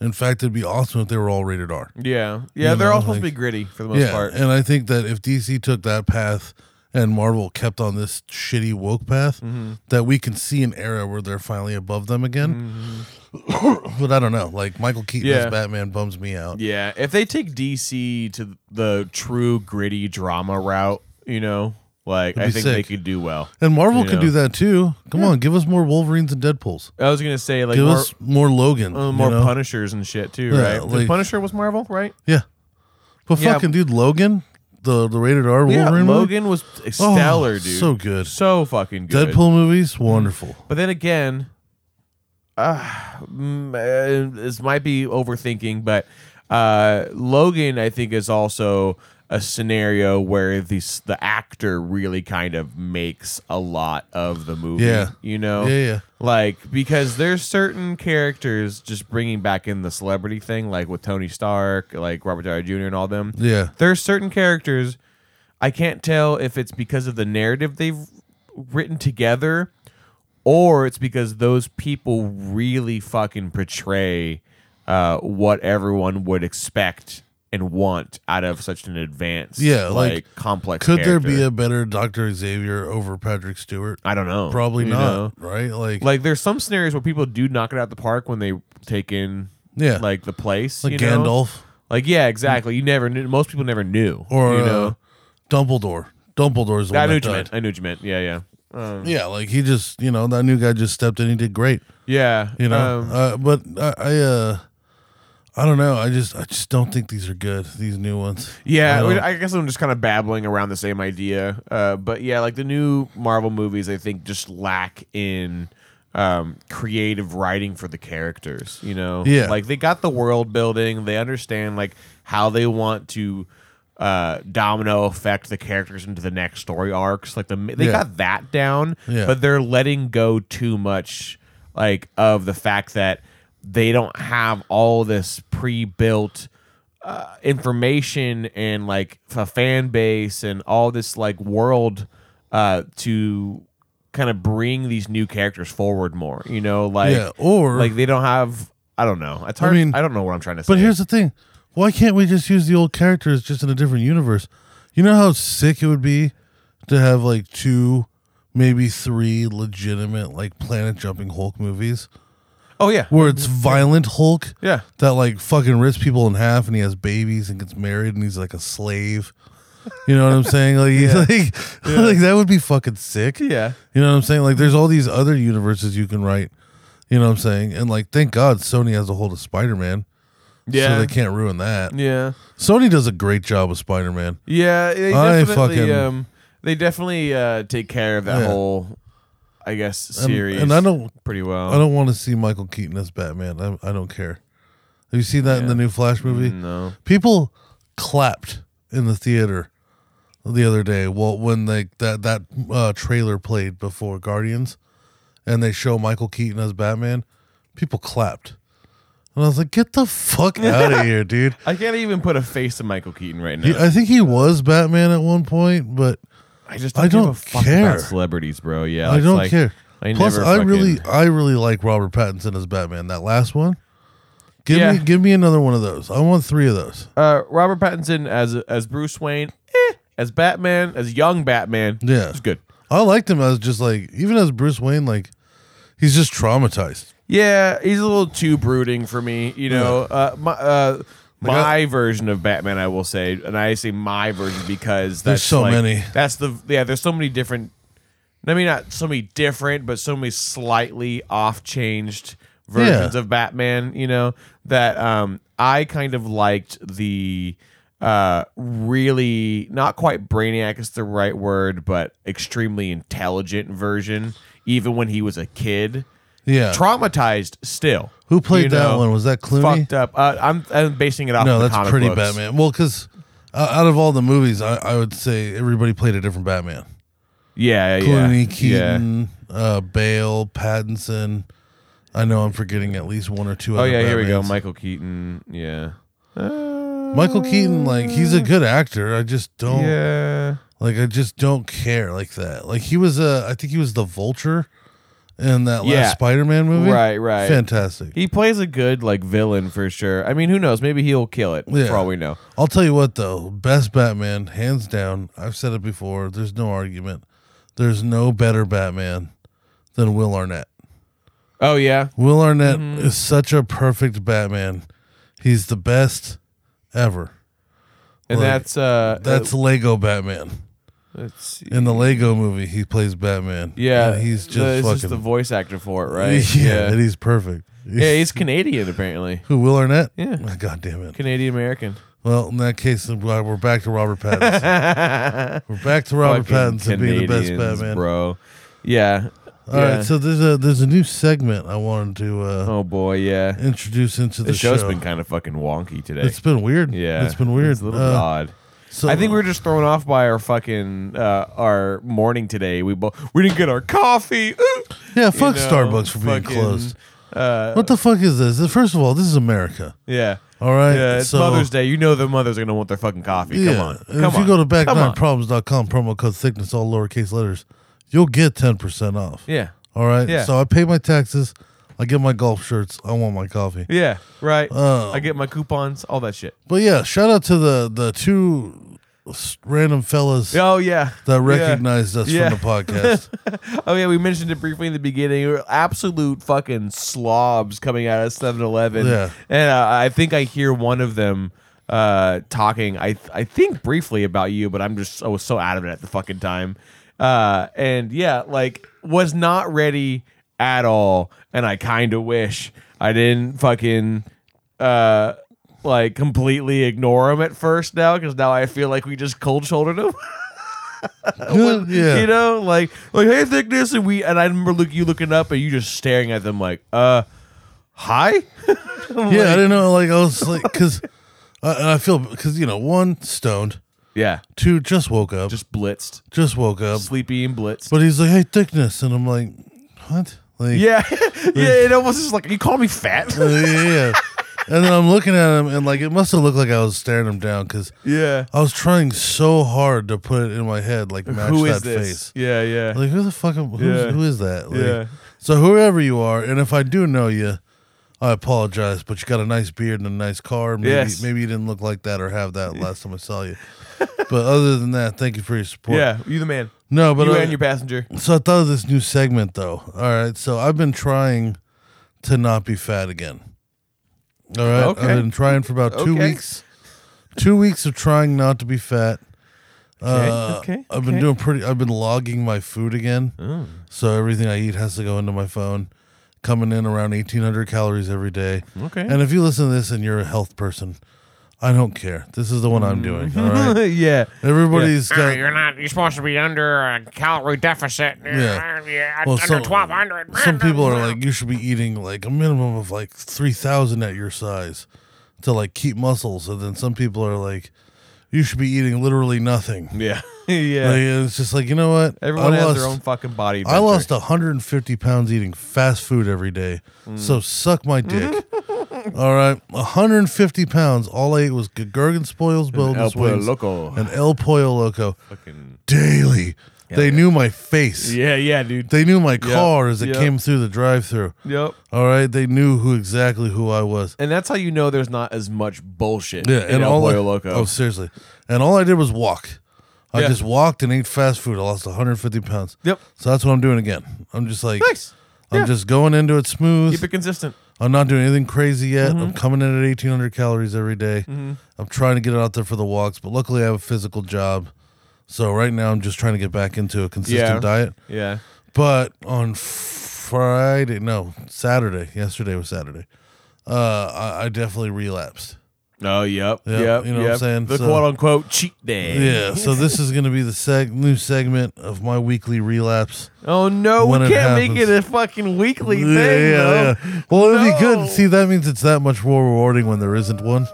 In fact, it'd be awesome if they were all rated R. Yeah, yeah, You they're know, all supposed to like- be gritty for the most part. And I think that if DC took that path and Marvel kept on this shitty woke path, Mm-hmm. that we can see an era where they're finally above them again. but I don't know. Like Michael Keaton Mm-hmm. Yeah. as Batman bums me out. Yeah, if they take DC to the true gritty drama route, you know, like I be think they sick. could do well. And Marvel You could know. do that too. Come on, give us more Wolverines and Deadpools. I was gonna say like Give more, us more Logan. uh, you more know? Punishers and shit too, Yeah, right? The like- Punisher was Marvel, right? Yeah. But Yeah. fucking dude, Logan, the the rated R Wolverine. yeah, movie? Logan was Oh, stellar, dude. So good. so fucking good. Mm-hmm. Deadpool movies, wonderful. But then again, uh, this might be overthinking, but uh, Logan, I think, is also a scenario where the s- the actor really kind of makes a lot of the movie. Yeah. you know, Yeah, yeah. like because there's certain characters just bringing back in the celebrity thing, like with Tony Stark, like Robert Downey Jr. and all them Yeah. there's certain characters I can't tell if it's because of the narrative they've written together or it's because those people really fucking portray uh, what everyone would expect and want out of such an advanced Yeah, like, like, complex Could there be character. a better Doctor Xavier over Patrick Stewart? I don't know. Probably you know? not, right? Like, Like there's some scenarios where people do knock it out the park when they take in yeah, like, like the place. you know? Gandalf Like yeah, exactly. You never knew most people never knew. or you know? uh, Dumbledore. Dumbledore's the I one that knew what you died. Uh, meant. I knew what you meant. Yeah, yeah. Um, Yeah, like he just, you know, that new guy just stepped in. He did great, yeah. you know. um, uh, but I, I, uh, I don't know. I just, I just don't think these are good. These new ones. yeah. I, I mean, don't- I guess I'm just kind of babbling around the same idea. Uh, but yeah, like the new Marvel movies, I think just lack in um, creative writing for the characters. You know, Yeah. Like they got the world building. They understand like how they want to uh domino effect the characters into the next story arcs like the they Yeah. got that down Yeah. but they're letting go too much like of the fact that they don't have all this pre-built uh, information and like a fan base and all this like world uh to kind of bring these new characters forward more you know like Yeah, or- like they don't have i don't know it's hard i mean mean- i don't know what i'm trying to say But here's the thing: why can't we just use the old characters just in a different universe? You know how sick it would be to have like two, maybe three legitimate like planet jumping Hulk movies. oh yeah where it's violent Hulk. Yeah. That like fucking rips people in half and he has babies and gets married and he's like a slave. You know what I'm saying? Like, he's like, like that would be fucking sick. yeah You know what I'm saying? Like there's all these other universes you can write. You know what I'm saying? And like thank God Sony has a hold of Spider Man. yeah So they can't ruin that. yeah Sony does a great job with Spider Man. Yeah, they I definitely fucking- um they definitely uh take care of that Yeah. whole I guess And, series and I don't pretty well. I don't want to see Michael Keaton as Batman. I, I don't care. Have you seen that in the new Flash Mm. movie? no. people clapped in the theater the other day well when they that that uh, trailer played before guardians and they show michael keaton as batman people clapped and i was like get the fuck out of here dude I can't even put a face to Michael Keaton right now. He- i think he was batman at one point but I just I give a don't fuck care. about celebrities, bro. Yeah. i it's don't like, care I plus never i fucking- really i really like robert pattinson as batman that last one give Yeah. me give me another one of those i want three of those uh Robert Pattinson as as Bruce Wayne, eh, as Batman, as young Batman. Yeah. It's good. i liked him as just like even as bruce wayne like he's just traumatized Yeah, he's a little too brooding for me, you know. Uh, my, uh, My version of Batman, I will say, and I say my version because There's that's so like- many. That's the yeah. There's so many different. I mean, not so many different, but so many slightly off changed versions Yeah. of Batman. You know that um, I kind of liked the uh, really not quite brainiac is the right word, but extremely intelligent version. Even when he was a kid, Yeah. traumatized still. Who played you that know? one? Was that Clooney? Fucked up. Uh, I'm, I'm basing it off. No, of the that's comic pretty books. Batman. Well, because uh, out of all the movies, I, I would say everybody played a different Batman. Yeah, yeah, Clooney, yeah. Keaton, uh, Bale, Pattinson. I know I'm forgetting at least one or two. Oh other yeah, here we go. Batmans. Michael Keaton. Yeah. Michael Keaton, like he's a good actor. I just don't Yeah. like. I just don't care like that. Like he was a. I think he was the Vulture in that Yeah. last Spider-Man movie. Right, right. Fantastic. He plays a good like villain for sure. I mean, who knows? Maybe he'll kill it Yeah. for all we know. I'll tell you what though, best Batman, hands down. I've said it before. There's no argument. There's no better Batman than Will Arnett. Oh yeah. Will Arnett Mm-hmm. is such a perfect Batman. He's the best ever. And Like, that's uh That's uh, Lego Batman. let's see. In the Lego movie, he plays Batman. yeah. And he's just the, it's fucking just the voice actor for it, right? Yeah, Yeah. and he's perfect. Yeah, he's Canadian apparently. who Will Arnett? Yeah. Oh, God damn it. Canadian American. Well, in that case, then we're we're back to Robert Pattinson. we're back to Robert Fucking Pattinson being the best Canadians, Batman. bro. Yeah. All right, so there's a there's a new segment I wanted to uh, oh boy, yeah. introduce into the, The show's show. been kind of fucking wonky today. it's been weird. yeah, it's been weird. It's a little Uh, bit odd. So I think we were just thrown off by our fucking uh, our morning today. We both we didn't get our coffee. Ooh. yeah. Fuck You know, Starbucks for being fucking, uh, closed. what the fuck is this? First of all, this is America. Yeah. All right, Yeah, it's so- Mother's Day. You know the mothers are gonna want their fucking coffee. yeah. Come on. and Come if on. you go to Come on. back9problems.com promo code thickness all lowercase letters, you'll get ten percent off. Yeah. All right. Yeah. So I pay my taxes. I get my golf shirts. I want my coffee. Yeah. Right. Oh. I get my coupons, all that shit. But yeah, shout out to the the two s- random fellas Oh yeah. that Yeah. recognized us Yeah. from the podcast. Oh yeah, we mentioned it briefly in the beginning. We were absolute fucking slobs coming out of 7-Eleven. Yeah. And uh, I think I hear one of them uh, talking. I I think briefly about you, but I'm just I was so out of it at the fucking time. Uh, and yeah, like was not ready at all. And I kind of wish I didn't fucking uh like completely ignore him at first now because now I feel like we just cold shouldered him. yeah. You know, like like hey thickness, and we and I remember look you looking up and you just staring at them like, uh, hi. yeah, I didn't know. Like I was like, because and I feel because you know, one stoned, Yeah, two just woke up, just, just blitzed, woke up. sleepy and blitzed. But he's like, "Hey, thickness," and I'm like, "What?" Like, yeah, yeah, it almost is like you call me fat. uh, yeah, yeah. And then I'm looking at him, and like it must have looked like I was staring him down because yeah, I was trying so hard to put it in my head, like match who that is this? face. Yeah, yeah, Like, who the fuck? Am, who's, Yeah. Who is that? Like, Yeah. So whoever you are, and if I do know you, I apologize, but you got a nice beard and a nice car. Maybe, Yes. maybe you didn't look like that or have that last time I saw you. but other than that, thank you for your support. yeah. You the man. No, but you uh, and your passenger. so I thought of this new segment though. All right, so I've been trying to not be fat again. All right, Okay. I've been trying for about two Okay. weeks. Two weeks of trying not to be fat. Okay, Uh, okay, I've been okay. Oh. doing pretty. I've been logging my food again, so everything I eat has to go into my phone. Coming in around eighteen hundred calories every day. Okay. And if you listen to this and you're a health person, I don't care. This is the one I'm doing. All right. yeah, Everybody's Ah, got you're not. You're supposed to be under a calorie deficit. Yeah. Uh, yeah, Well, under some- 1,200. Some people are like, you should be eating like a minimum of like 3,000 at your size to like keep muscles. And then some people are like, you should be eating literally nothing. yeah, yeah. Like, it's just like, you know what? Everyone I has lost, their own fucking body. I adventure. lost 150 pounds eating fast food every day. Mm. So suck my dick. all right. 150 pounds. All I ate was Gergen Spoils, El Bones Pollo Wings, Loco. and El Pollo Loco Fucking- daily. they knew my face. Yeah, yeah, dude. They knew my car as it yep. came through the drive-through. Yep. All right, they knew who exactly who I was. And that's how you know there's not as much bullshit Yeah, in El I, Pollo Loco. Oh, seriously. And all I did was walk. I Yeah. just walked and ate fast food. I lost 150 pounds. Yep. So that's what I'm doing again. I'm just like, Nice. I'm Yeah. just going into it smooth. Keep it Mm-hmm. consistent. I'm not doing anything crazy yet. I'm coming in at 1,800 calories every day. Mm-hmm. I'm trying to get out there for the walks, but luckily I have a physical job. So right now I'm just trying to get back into a consistent Yeah. diet. Yeah. But on Friday, no, Saturday, yesterday was Saturday, uh, I, I definitely relapsed. Oh, yep. Yeah, Yep. you know what I'm yep. saying? The So- quote unquote cheat day. Yeah, so this is going to be the seg- new segment of my weekly relapse. Oh, no. When we it can't make happens. it a fucking weekly Yeah, thing. though. yeah, yeah. Well, it'd be No. good. See, that means it's that much more rewarding when there isn't one.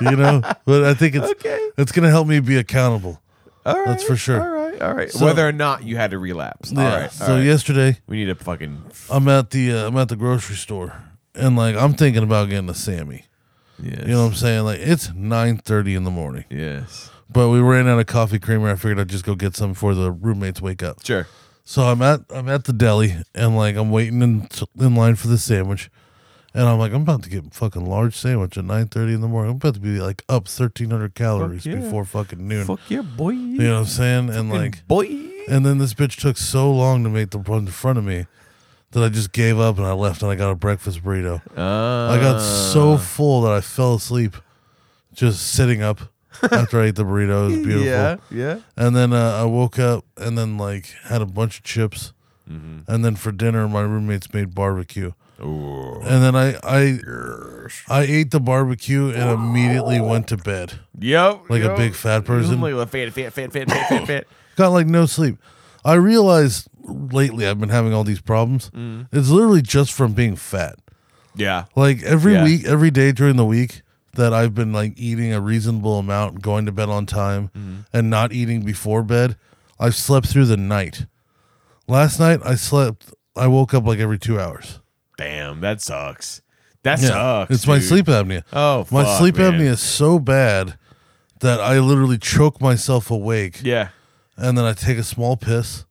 you know, but I think it's Okay. it's going to help me be accountable. All right. That's for sure. All right. All right. So- Whether or not you had to relapse. Yeah. All right. so all right. yesterday, We need a fucking. I'm at the uh, I'm at the grocery store, and like I'm thinking about getting a Sammy. Yes. You know what I'm saying? Like it's 9:30 in the morning, Yes. but we ran out of coffee creamer. I figured I'd just go get some before the roommates wake up. Sure. So I'm at I'm at the deli and like I'm waiting in in line for the sandwich, and I'm like I'm about to get a fucking large sandwich at 9:30 in the morning. I'm about to be like up 1,300 calories yeah. before fucking noon. Fuck yeah, boy. You know what I'm saying? And like, boy. and then this bitch took so long to make the one in front of me that I just gave up and I left and I got a breakfast burrito. I Uh, got so full that I fell asleep just sitting up after I ate the burrito. It was beautiful. Yeah. Yeah. And then uh, I woke up and then like had a bunch of chips. And then for dinner, my roommates made barbecue. And then I I I ate the barbecue and immediately went to bed. Yep. Like a yep. big fat person. Like a fat, fat, fat, fat, fat, fat, fat. Got like no sleep. I realized lately I've been having all these problems. It's literally just from being fat. Yeah. Like every Yeah. week, every day during the week that I've been like eating a reasonable amount, going to bed on time, Mm-hmm. and not eating before bed, I've slept through the night. Last night, I slept, I woke up like every two hours. Damn, that sucks. That Yeah. sucks. it's my dude. sleep apnea. Oh, my fuck, sleep man. apnea is so bad that I literally choke myself awake Yeah. Hmm. and then I take a small piss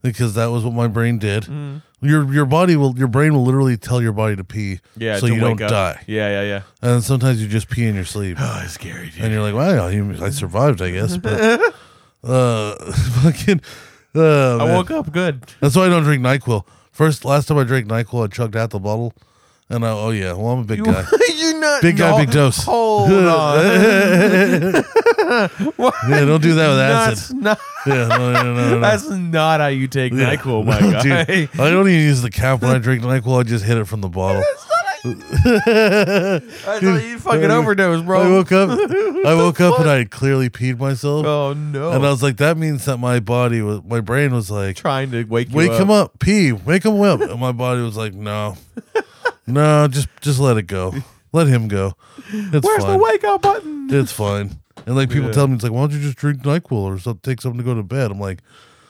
because that was what my brain did. Mm-hmm. Your your body will your brain will literally tell your body to pee Yeah. so to you wake don't up. die. Yeah. Yeah. Yeah. And sometimes you just pee in your sleep. Oh, it's scary, dude. and you're like, wow, I I survived, I guess. But uh, fucking, uh, I man. woke up good. That's why I don't drink Nyquil. First, last time I drank Nyquil, I chugged out the bottle, and I, oh yeah, well I'm a big guy, you not big guy, no, big dose. Hold on. What? Yeah, don't do that with That's acid. not. Yeah, no, no, no, no, no. That's not how you take Yeah. Nyquil, my No, guy. dude, I don't even use the cap when I drink Nyquil. I just hit it from the bottle. I thought you fucking I- overdose, I bro. woke up. I woke up and I had clearly peed myself, Oh no! and I was like, that means that my body was, my brain was like, trying to wake you wake up. him up, pee, wake him up. And my body was like, no, no, just just let it go, let him go. It's Where's fine. the wake up button? It's fine. And like people Yeah. tell me, it's like, why don't you just drink Nyquil or something, take something to go to bed? I'm like,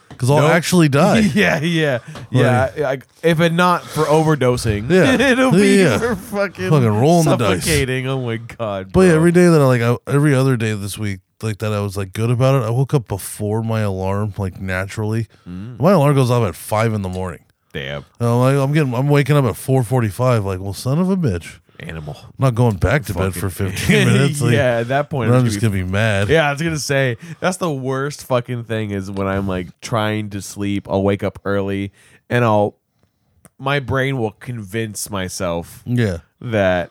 because I'll Nope. actually die. Yeah, yeah, yeah. I- if it not for overdosing, Yeah. it'll be Yeah. for fucking Fucking rolling the dice. suffocating. Oh my god! but yeah, bro. every day that I like, I, every other day this week, like that I was like good about it. I woke up before my alarm, like naturally. Mm. My alarm goes off at five in the morning. damn And I'm like, I'm getting, I'm waking up at four forty-five. Like, well, son of a bitch, animal. I'm not going back to bed for fifteen minutes. Like, yeah, at that point, And I'm it's just gonna gonna be mad. be- yeah, I was gonna say that's the worst fucking thing is when I'm like trying to sleep. I'll wake up early, and I'll my brain will convince myself Yeah. that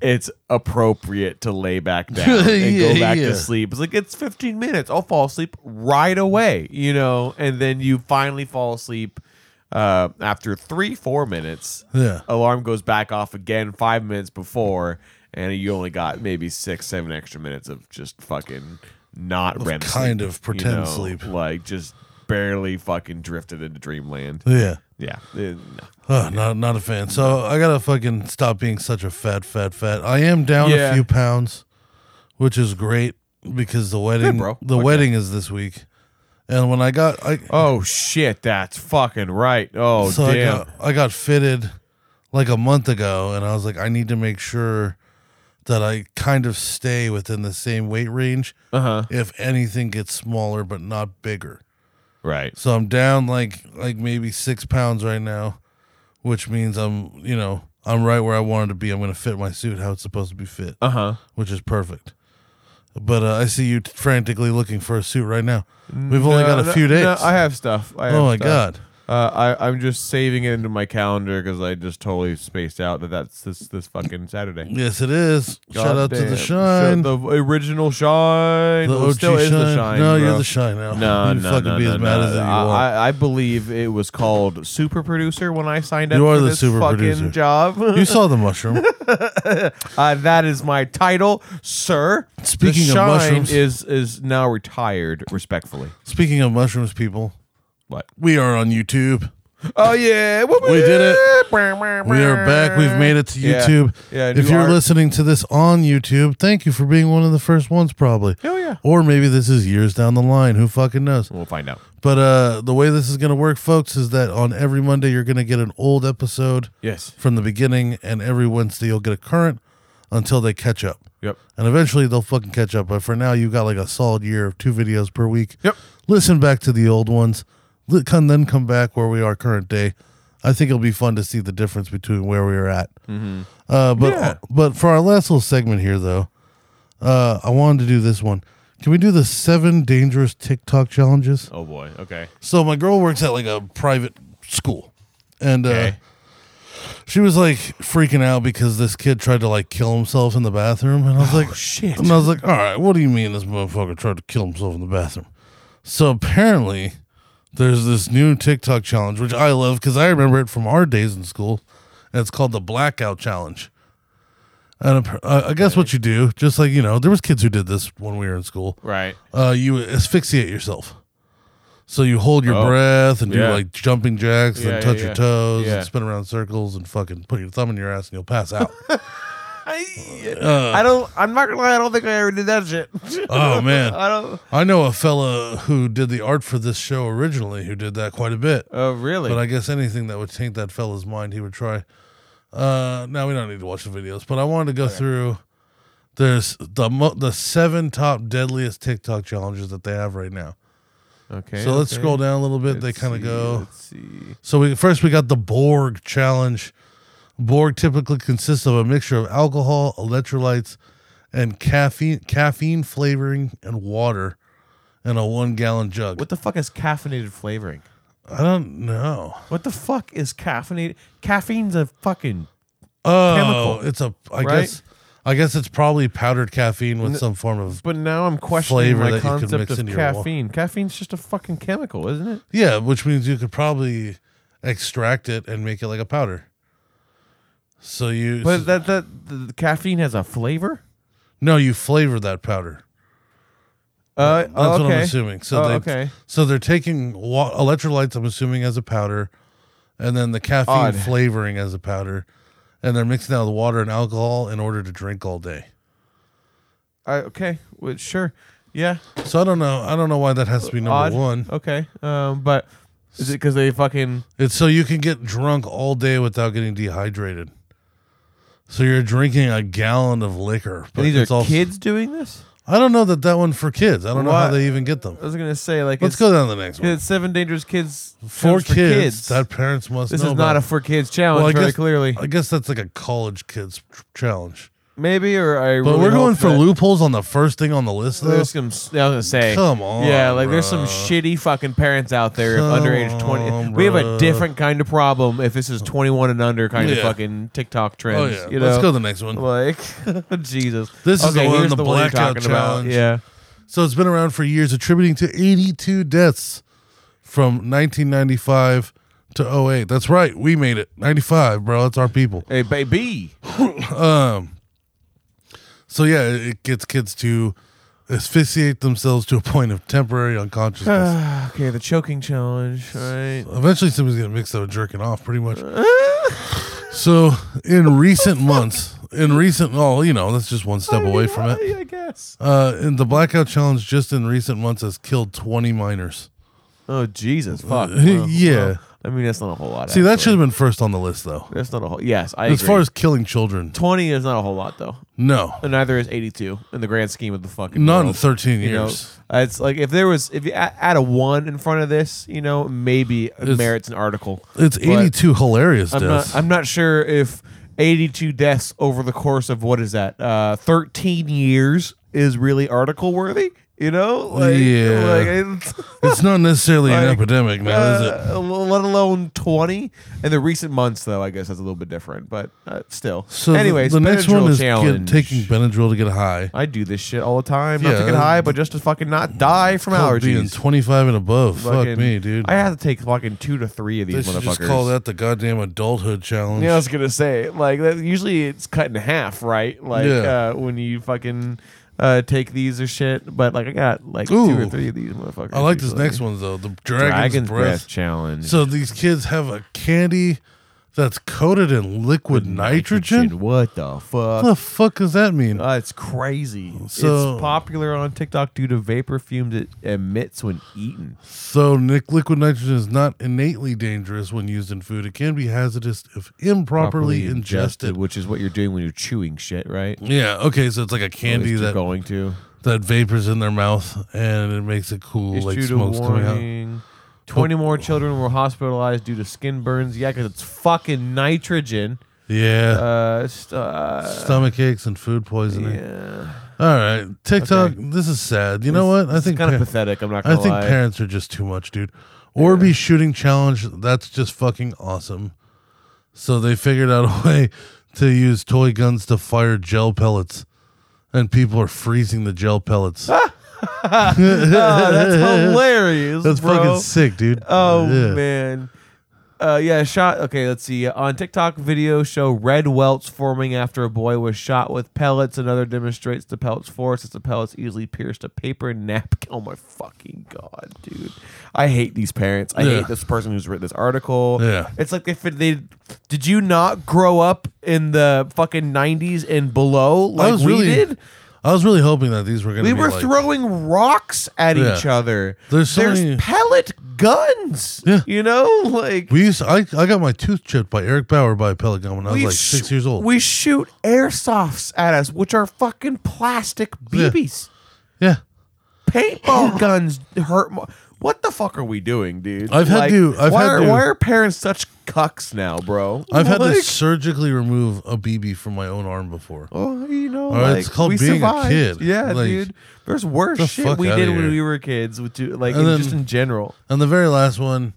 it's appropriate to lay back down and Yeah, go back yeah. to sleep. It's like it's 15 minutes. I'll fall asleep right away, you know, and then you finally fall asleep uh, after three, four minutes. Yeah. Alarm goes back off again five minutes before, and you only got maybe six, seven extra minutes of just fucking not REM kind sleep, of pretend sleep. like just barely fucking drifted into dreamland. Yeah. Yeah, Eh, no. Oh, not not a fan. So I gotta fucking stop being such a fat, fat, fat. I am down Yeah. a few pounds, which is great because the wedding, bro. the Fuck wedding is this week, and when I got, I Oh shit, that's fucking right. Oh so I damn. got, I got fitted like a month ago, and I was like, I need to make sure that I kind of stay within the same weight range. Uh-huh. If anything gets smaller, but not bigger. Right. So I'm down like like maybe six pounds right now, which means I'm you know I'm right where I wanted to be. I'm gonna fit my suit how it's supposed to be fit, Uh-huh. which is perfect. But uh, I see you Mm, frantically looking for a suit right now. We've only got a few days. I have stuff. I have oh my stuff. god! Uh, I, I'm just saving it into my calendar because I just totally spaced out that that's this this fucking Saturday. Yes, it is. Shout out to Goddamn. the shine. the original shine. The Well, it OG still is the Shine. shine. No, you're bro. the Shine now. No, You no, fucking no, be no, as no, mad as no. you I, want. I I believe it was called super producer when I signed up You are for the this super fucking producer. job. you saw the mushroom. uh, that is my title, sir. Speaking the of shine mushrooms- is is now retired, respectfully. Speaking of mushrooms, people, What? we are on YouTube. Oh yeah, We did it. We are back. We've made it to Yeah. YouTube. Yeah, if new you're art. listening to this on YouTube, thank you for being one of the first ones, probably. Hell yeah. Or maybe this is years down the line. Who fucking knows? We'll find out. But uh, the way this is going to work, folks, is that on every Monday, you're going to get an old episode Yes. from the beginning, and every Wednesday, you'll get a current until they catch up. Yep. And eventually, they'll fucking catch up. But for now, you got like a solid year of two videos per week. Yep. Listen back to the old ones, li- come, then come back where we are current day. I think it'll be fun to see the difference between where we are at. Uh, but Yeah. but for our last little segment here, though, uh, I wanted to do this one. Can we do the seven dangerous TikTok challenges? Oh boy. Okay. So my girl works at like a private school, and Okay. uh, she was like freaking out because this kid tried to like kill himself in the bathroom, and I was like, Oh, shit. And I was like, all right, what do you mean this motherfucker tried to kill himself in the bathroom? So apparently, there's this new TikTok challenge which I love because I remember it from our days in school, and it's called the blackout challenge. And ap- uh, I guess what you do, just like you know, there was kids who did this when we were in school Right. uh, you asphyxiate yourself. So you hold your Oh. breath and do Yeah. like jumping jacks Yeah, and touch yeah, yeah. your toes Yeah. and spin around in circles and fucking put your thumb in your ass and you'll pass out. I, I don't. I'm not gonna lie. I don't think I ever did that shit. oh man. I don't. I know a fella who did the art for this show originally who did that quite a bit. Oh really? But I guess anything that would taint that fella's mind, he would try. Uh, now we don't need to watch the videos, but I wanted to go through. There's the mo- the seven top deadliest TikTok challenges that they have right now. okay. so let's okay. scroll down a little bit. they Let's kind of see, go. Let's see. So we first we got the Borg challenge. Borg typically consists of a mixture of alcohol, electrolytes, and caffeine caffeine flavoring and water in a one gallon jug. What the fuck is caffeinated flavoring? I don't know. What the fuck is caffeinated? Caffeine's a fucking Oh, Chemical, it's a I right? guess I guess it's probably powdered caffeine with some form of But now I'm questioning Flavor that my you can concept mix of into your wa- caffeine. Caffeine's just a fucking chemical, isn't it? yeah, which means you could probably extract it and make it like a powder. So you But that that the, the caffeine has a flavor. no, you flavor that powder. Uh, That's what I'm assuming. So Oh, they, okay. So they're taking wa- electrolytes. I'm assuming as a powder, and then the caffeine Odd. flavoring as a powder, and they're mixing out the water and alcohol in order to drink all day. I, okay, well, sure, yeah. So I don't know. I don't know why that has to be number Odd. one. Okay, um, but is it because they fucking It's so you can get drunk all day without getting dehydrated. So you're drinking a gallon of liquor. and these it's are also- kids doing this? I don't know that that one for kids. I don't know how What? they even get them. I was gonna say like Let's it's, go down to the next one. It's seven dangerous kids For challenge kids, that parents must this know is not about. a for kids challenge. I very guess, clearly, I guess that's like a college kids tr- challenge. maybe or I. But really we're going hope for that- loopholes on the first thing on the list, though. There's some. I was gonna say. Come on, Yeah, like there's some bruh. shitty fucking parents out there of Come underage twenty. on, we have a bruh. different kind of problem if this is twenty one and under kind of Yeah. fucking TikTok Oh trends. yeah, You know? let's go to the next one. Like Jesus. This is the one, here's the you're blackout talking challenge. Yeah. So it's been around for years, attributing to 82 deaths from 1995 to 08. That's right, we made it 95, bro. That's our people. Hey baby. So yeah, it it gets kids to asphyxiate themselves to a point of temporary unconsciousness. okay, the choking challenge. All right. Eventually, somebody's gonna mix that with jerking off, pretty much. so, in recent months, in recent, oh, you know, that's just one step away from it. I guess. Uh, in the blackout challenge, just in recent months, has killed twenty minors. Oh Jesus, fuck. Uh, yeah. well, I mean that's not a whole lot. See, that should actually. have been first on the list, though. That's not a whole. Yes, I. As agree. far as killing children, twenty is not a whole lot though. no, And neither is eighty two in the grand scheme of the fucking. not in world. thirteen You know, years. uh, it's like if there was if you a- add a one in front of this, you know, maybe it It's- merits an article. it's eighty-two hilarious I'm deaths. not. I'm not sure if 82 deaths over the course of what is that? Uh, 13 years is really article worthy. You know, like, Yeah. like it's, It's not necessarily an Like, epidemic now, is it? uh, let alone twenty. In the recent months, though, I guess that's a little bit different, but uh, still. So the- anyways, the, next Benadryl one is get, challenge. taking Benadryl to get high. I do this shit all the time, not Yeah. uh, to get high, but just to fucking not die from Called Being allergies. twenty five and above. Fucking- Fuck me, dude. I have to take fucking two to three of they these should motherfuckers. just call that the goddamn adulthood challenge. Yeah, I was gonna say like that, usually it's cut in half, right? Like Yeah. uh, when you fucking uh, take these or shit. But like I got like two or Ooh. three of these motherfuckers. I like this usually. next one though. The dragon's, Dragon's breath, breath. challenge. So these kids have a candy that's coated in liquid nitrogen. What the What the fuck? fuck does that mean? Uh, it's crazy. So- it's popular on TikTok due to vapor fumes it emits when eaten. So, Nick, liquid nitrogen is not innately dangerous when used in food. It can be hazardous if improperly ingested. which is what you're doing when you're chewing shit, right? Yeah. Okay. So it's like a candy You're that going to. that vapors in their mouth and it makes it cool, Issued like a smoke's coming out. warning. 20 more children were hospitalized due to skin burns. Yeah, because it's fucking nitrogen. Yeah. Uh, st- uh, Stomach aches and food poisoning. yeah. All right. TikTok. This is sad. You know what? I think kind of pa- pathetic. I'm not I going to think lie. parents are just too much, dude. Orby shooting challenge, that's just fucking awesome. So they figured out a way to use toy guns to fire gel pellets. And people are freezing the gel pellets. Ah, oh, that's hilarious. That's bro. fucking sick, dude. Oh Yeah. man. Uh, yeah, shot. Okay, let's see. Uh, On TikTok, video show red welts forming after a boy was shot with pellets. Another demonstrates the pellets' force as the pellets easily pierced a paper napkin. Oh my fucking god, dude! I hate these parents. I Yeah. hate this person who's written this article. Yeah. it's like if it, they did you not grow up in the fucking nineties and below like we did. I was really hoping that these were gonna We be were like- throwing rocks at Yeah. each other. There's so many- pellet guns. Yeah. You know, like we used to- I, I got my tooth chipped by Eric Bauer by a pellet gun when I was we like sh- six years old. We shoot airsofts at us, which are fucking plastic Yeah. BBs. yeah. Paintball guns hurt more. What the fuck are we doing, dude? I've had to- I've why had are, to- why are parents such cucks now, bro? I've had to Like, surgically remove a BB from my own arm before. Oh, you know, All right, like, it's called we being a survived. kid. Yeah, Like, dude. There's worse the shit fuck we outta did when here. we were kids, with, dude, like And in- then- just in general. And the very last one,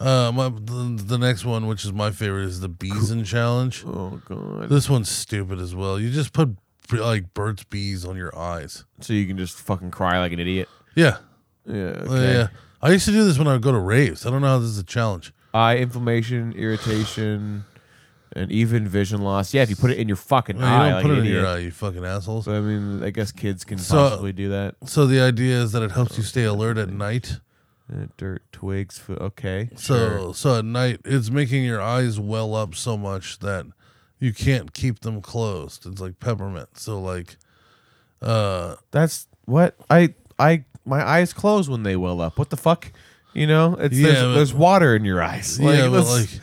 uh, my, the, the next one, which is my favorite, is the Beeson Challenge. Oh god. This one's stupid as well. You just put like Burt's bees on your eyes. So you can just fucking cry like an idiot. Yeah, Yeah. Uh, Okay. yeah. I used to do this when I would go to raves. I don't know how this is a challenge. Eye inflammation, irritation, and even vision loss. Yeah, if you put it in your fucking No, eye, you don't like put an it in your Ah, idiot. eye, you fucking assholes. So I mean, I guess kids can So- possibly do that. So the idea is that it helps you stay alert at night. Uh, dirt, twigs, fo- okay. So sure. so at night, it's making your eyes well up so much that you can't keep them closed. It's like peppermint. So like, uh, that's what I I my eyes close when they well up. What the fuck? You know, it's there's, Yeah, but- there's water in your eyes. Like, yeah, but that's-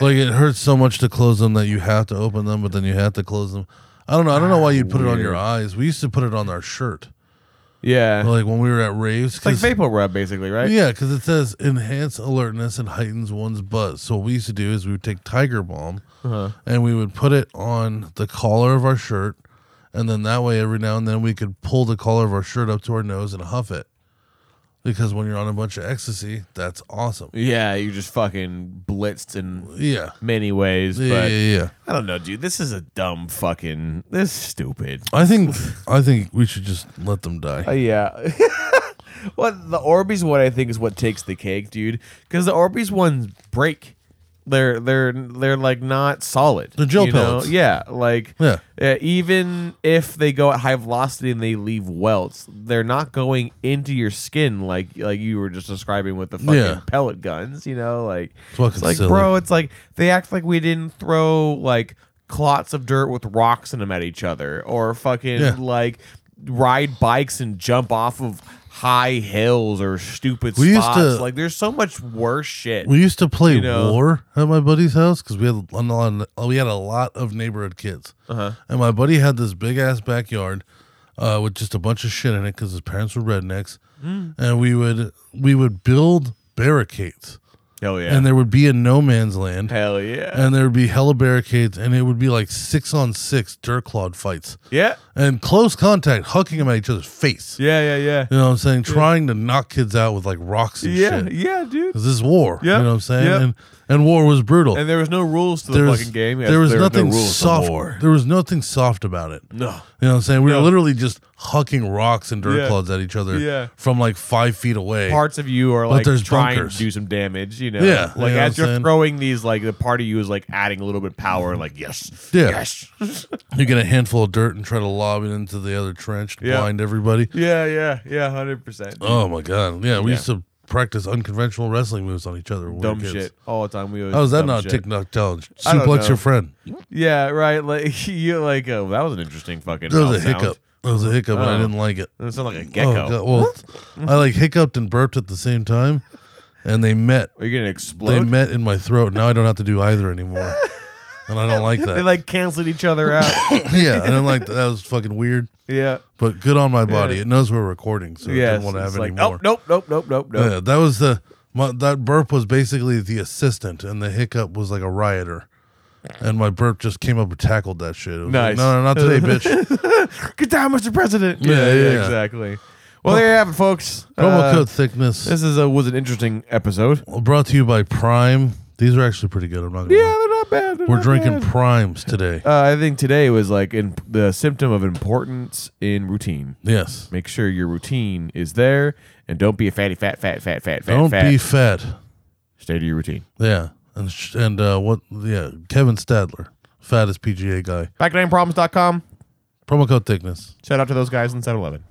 like, like it hurts so much to close them that you have to open them, but then you have to close them. I don't know. I don't know why you'd put it on your Weird. eyes. We used to put it on our shirt, yeah, like when we were at raves. it's like 'cause- vapor rub basically, right? Yeah, because it says enhance alertness and heightens one's buzz. So what we used to do is we would take Tiger Balm and we would put it on the collar of our shirt, and then that way every now and then we could pull the collar of our shirt up to our nose and huff it. Because when you're on a bunch of ecstasy, that's awesome. Yeah, you just fucking blitzed in Yeah, many ways. yeah, yeah. but yeah. I don't know, dude. This is a dumb fucking. This is stupid. I think I think we should just let them die. Uh, yeah. what the Orbeez one I think is what takes the cake, dude. Because the Orbeez ones break. They're they're they're like not solid. They're gel you know? pellets. Yeah, like Yeah. uh, even if they go at high velocity and they leave welts, they're not going into your skin like like you were just describing with the fucking Yeah. pellet guns. You know, like fucking like silly. bro, it's like they act like we didn't throw like clots of dirt with rocks in them at each other or fucking Yeah. like ride bikes and jump off of high hills or stupid We used spots. to- like there's so much worse shit. we used to play You know. war at my buddy's house because we had a lot, uh, we had a lot of neighborhood kids, Uh-huh. and my buddy had this big ass backyard uh, with just a bunch of shit in it Mm. because his parents were rednecks, and we would we would build barricades Hell yeah. and there would be a no man's land, Hell yeah. and there would be hella barricades, and it would be like six on six dirt clawed fights yeah. and close contact, hucking them at each other's face. Yeah, yeah, yeah. You know what I'm saying? Trying to knock kids out with like rocks and Yeah, shit. yeah, dude. 'Cause this is war. Yep, You know what I'm saying? yep. And and war was brutal. And there was no rules to the There's- fucking game. Yes, there was were no nothing rules to soft. war. There was nothing soft about it. No. You know what I'm saying? We No. were literally just hucking rocks and dirt Yeah. clods at each other Yeah. from like five feet away. Parts of you are like there's trying bunkers. to do some damage, you know. Yeah, Like you know as what you're I'm saying? throwing these, like the part of you is like adding a little bit of power, like yes. Yeah. Yes. You get a handful of dirt and try to lob it into the other trench to Yeah. blind everybody. Yeah, yeah, yeah, hundred percent. Oh my god! Yeah, we Yeah. used to practice unconventional wrestling moves on each other. When Dumb we were kids. shit all the time. We always How Oh, is that dumb not a shit. TikTok challenge? I don't Suplex know. your friend. Yeah, right. Like you like oh that was an interesting fucking That was mouth a hiccup. sound. That was a hiccup, and Oh. I didn't like it. That sounded like a Oh, gecko. God. Well, I like hiccuped and burped at the same time, and they met. Are you gonna They explode? met in my throat. Now I don't have to do either anymore, and I don't like They that. like canceled each other out. yeah, I didn't like that. That was fucking weird, yeah. but good on my body. Yeah. It knows we're recording, so it Yeah. didn't want to it's have like, oh, any more. nope, nope, nope, nope, nope, nope. Yeah, that was the my, that burp was basically the assistant, and the hiccup was like a rioter. And my burp just came up and tackled that shit. It was like, Nice. no, no, not today, bitch. Good time, Mr. President. Yeah, yeah, yeah. exactly. Well, there you have it, folks. Promo Uh, code thickness. This is a, was an interesting episode. brought to you by Prime. These are actually pretty good. I'm not gonna Yeah, lie. they're not bad. they're We're not drinking bad. primes today. Uh, I think today was like in the symptom of importance in routine. yes. Make sure your routine is there, and don't be a fatty, fat, fat, fat, fat, fat, Don't fat. be fat. Stay to your routine. Yeah. And sh- and uh, what? Yeah. Kevin Stadler, fattest PGA guy. Backlineproblems.com. Promo code thickness. Shout out to those guys in 7-Eleven.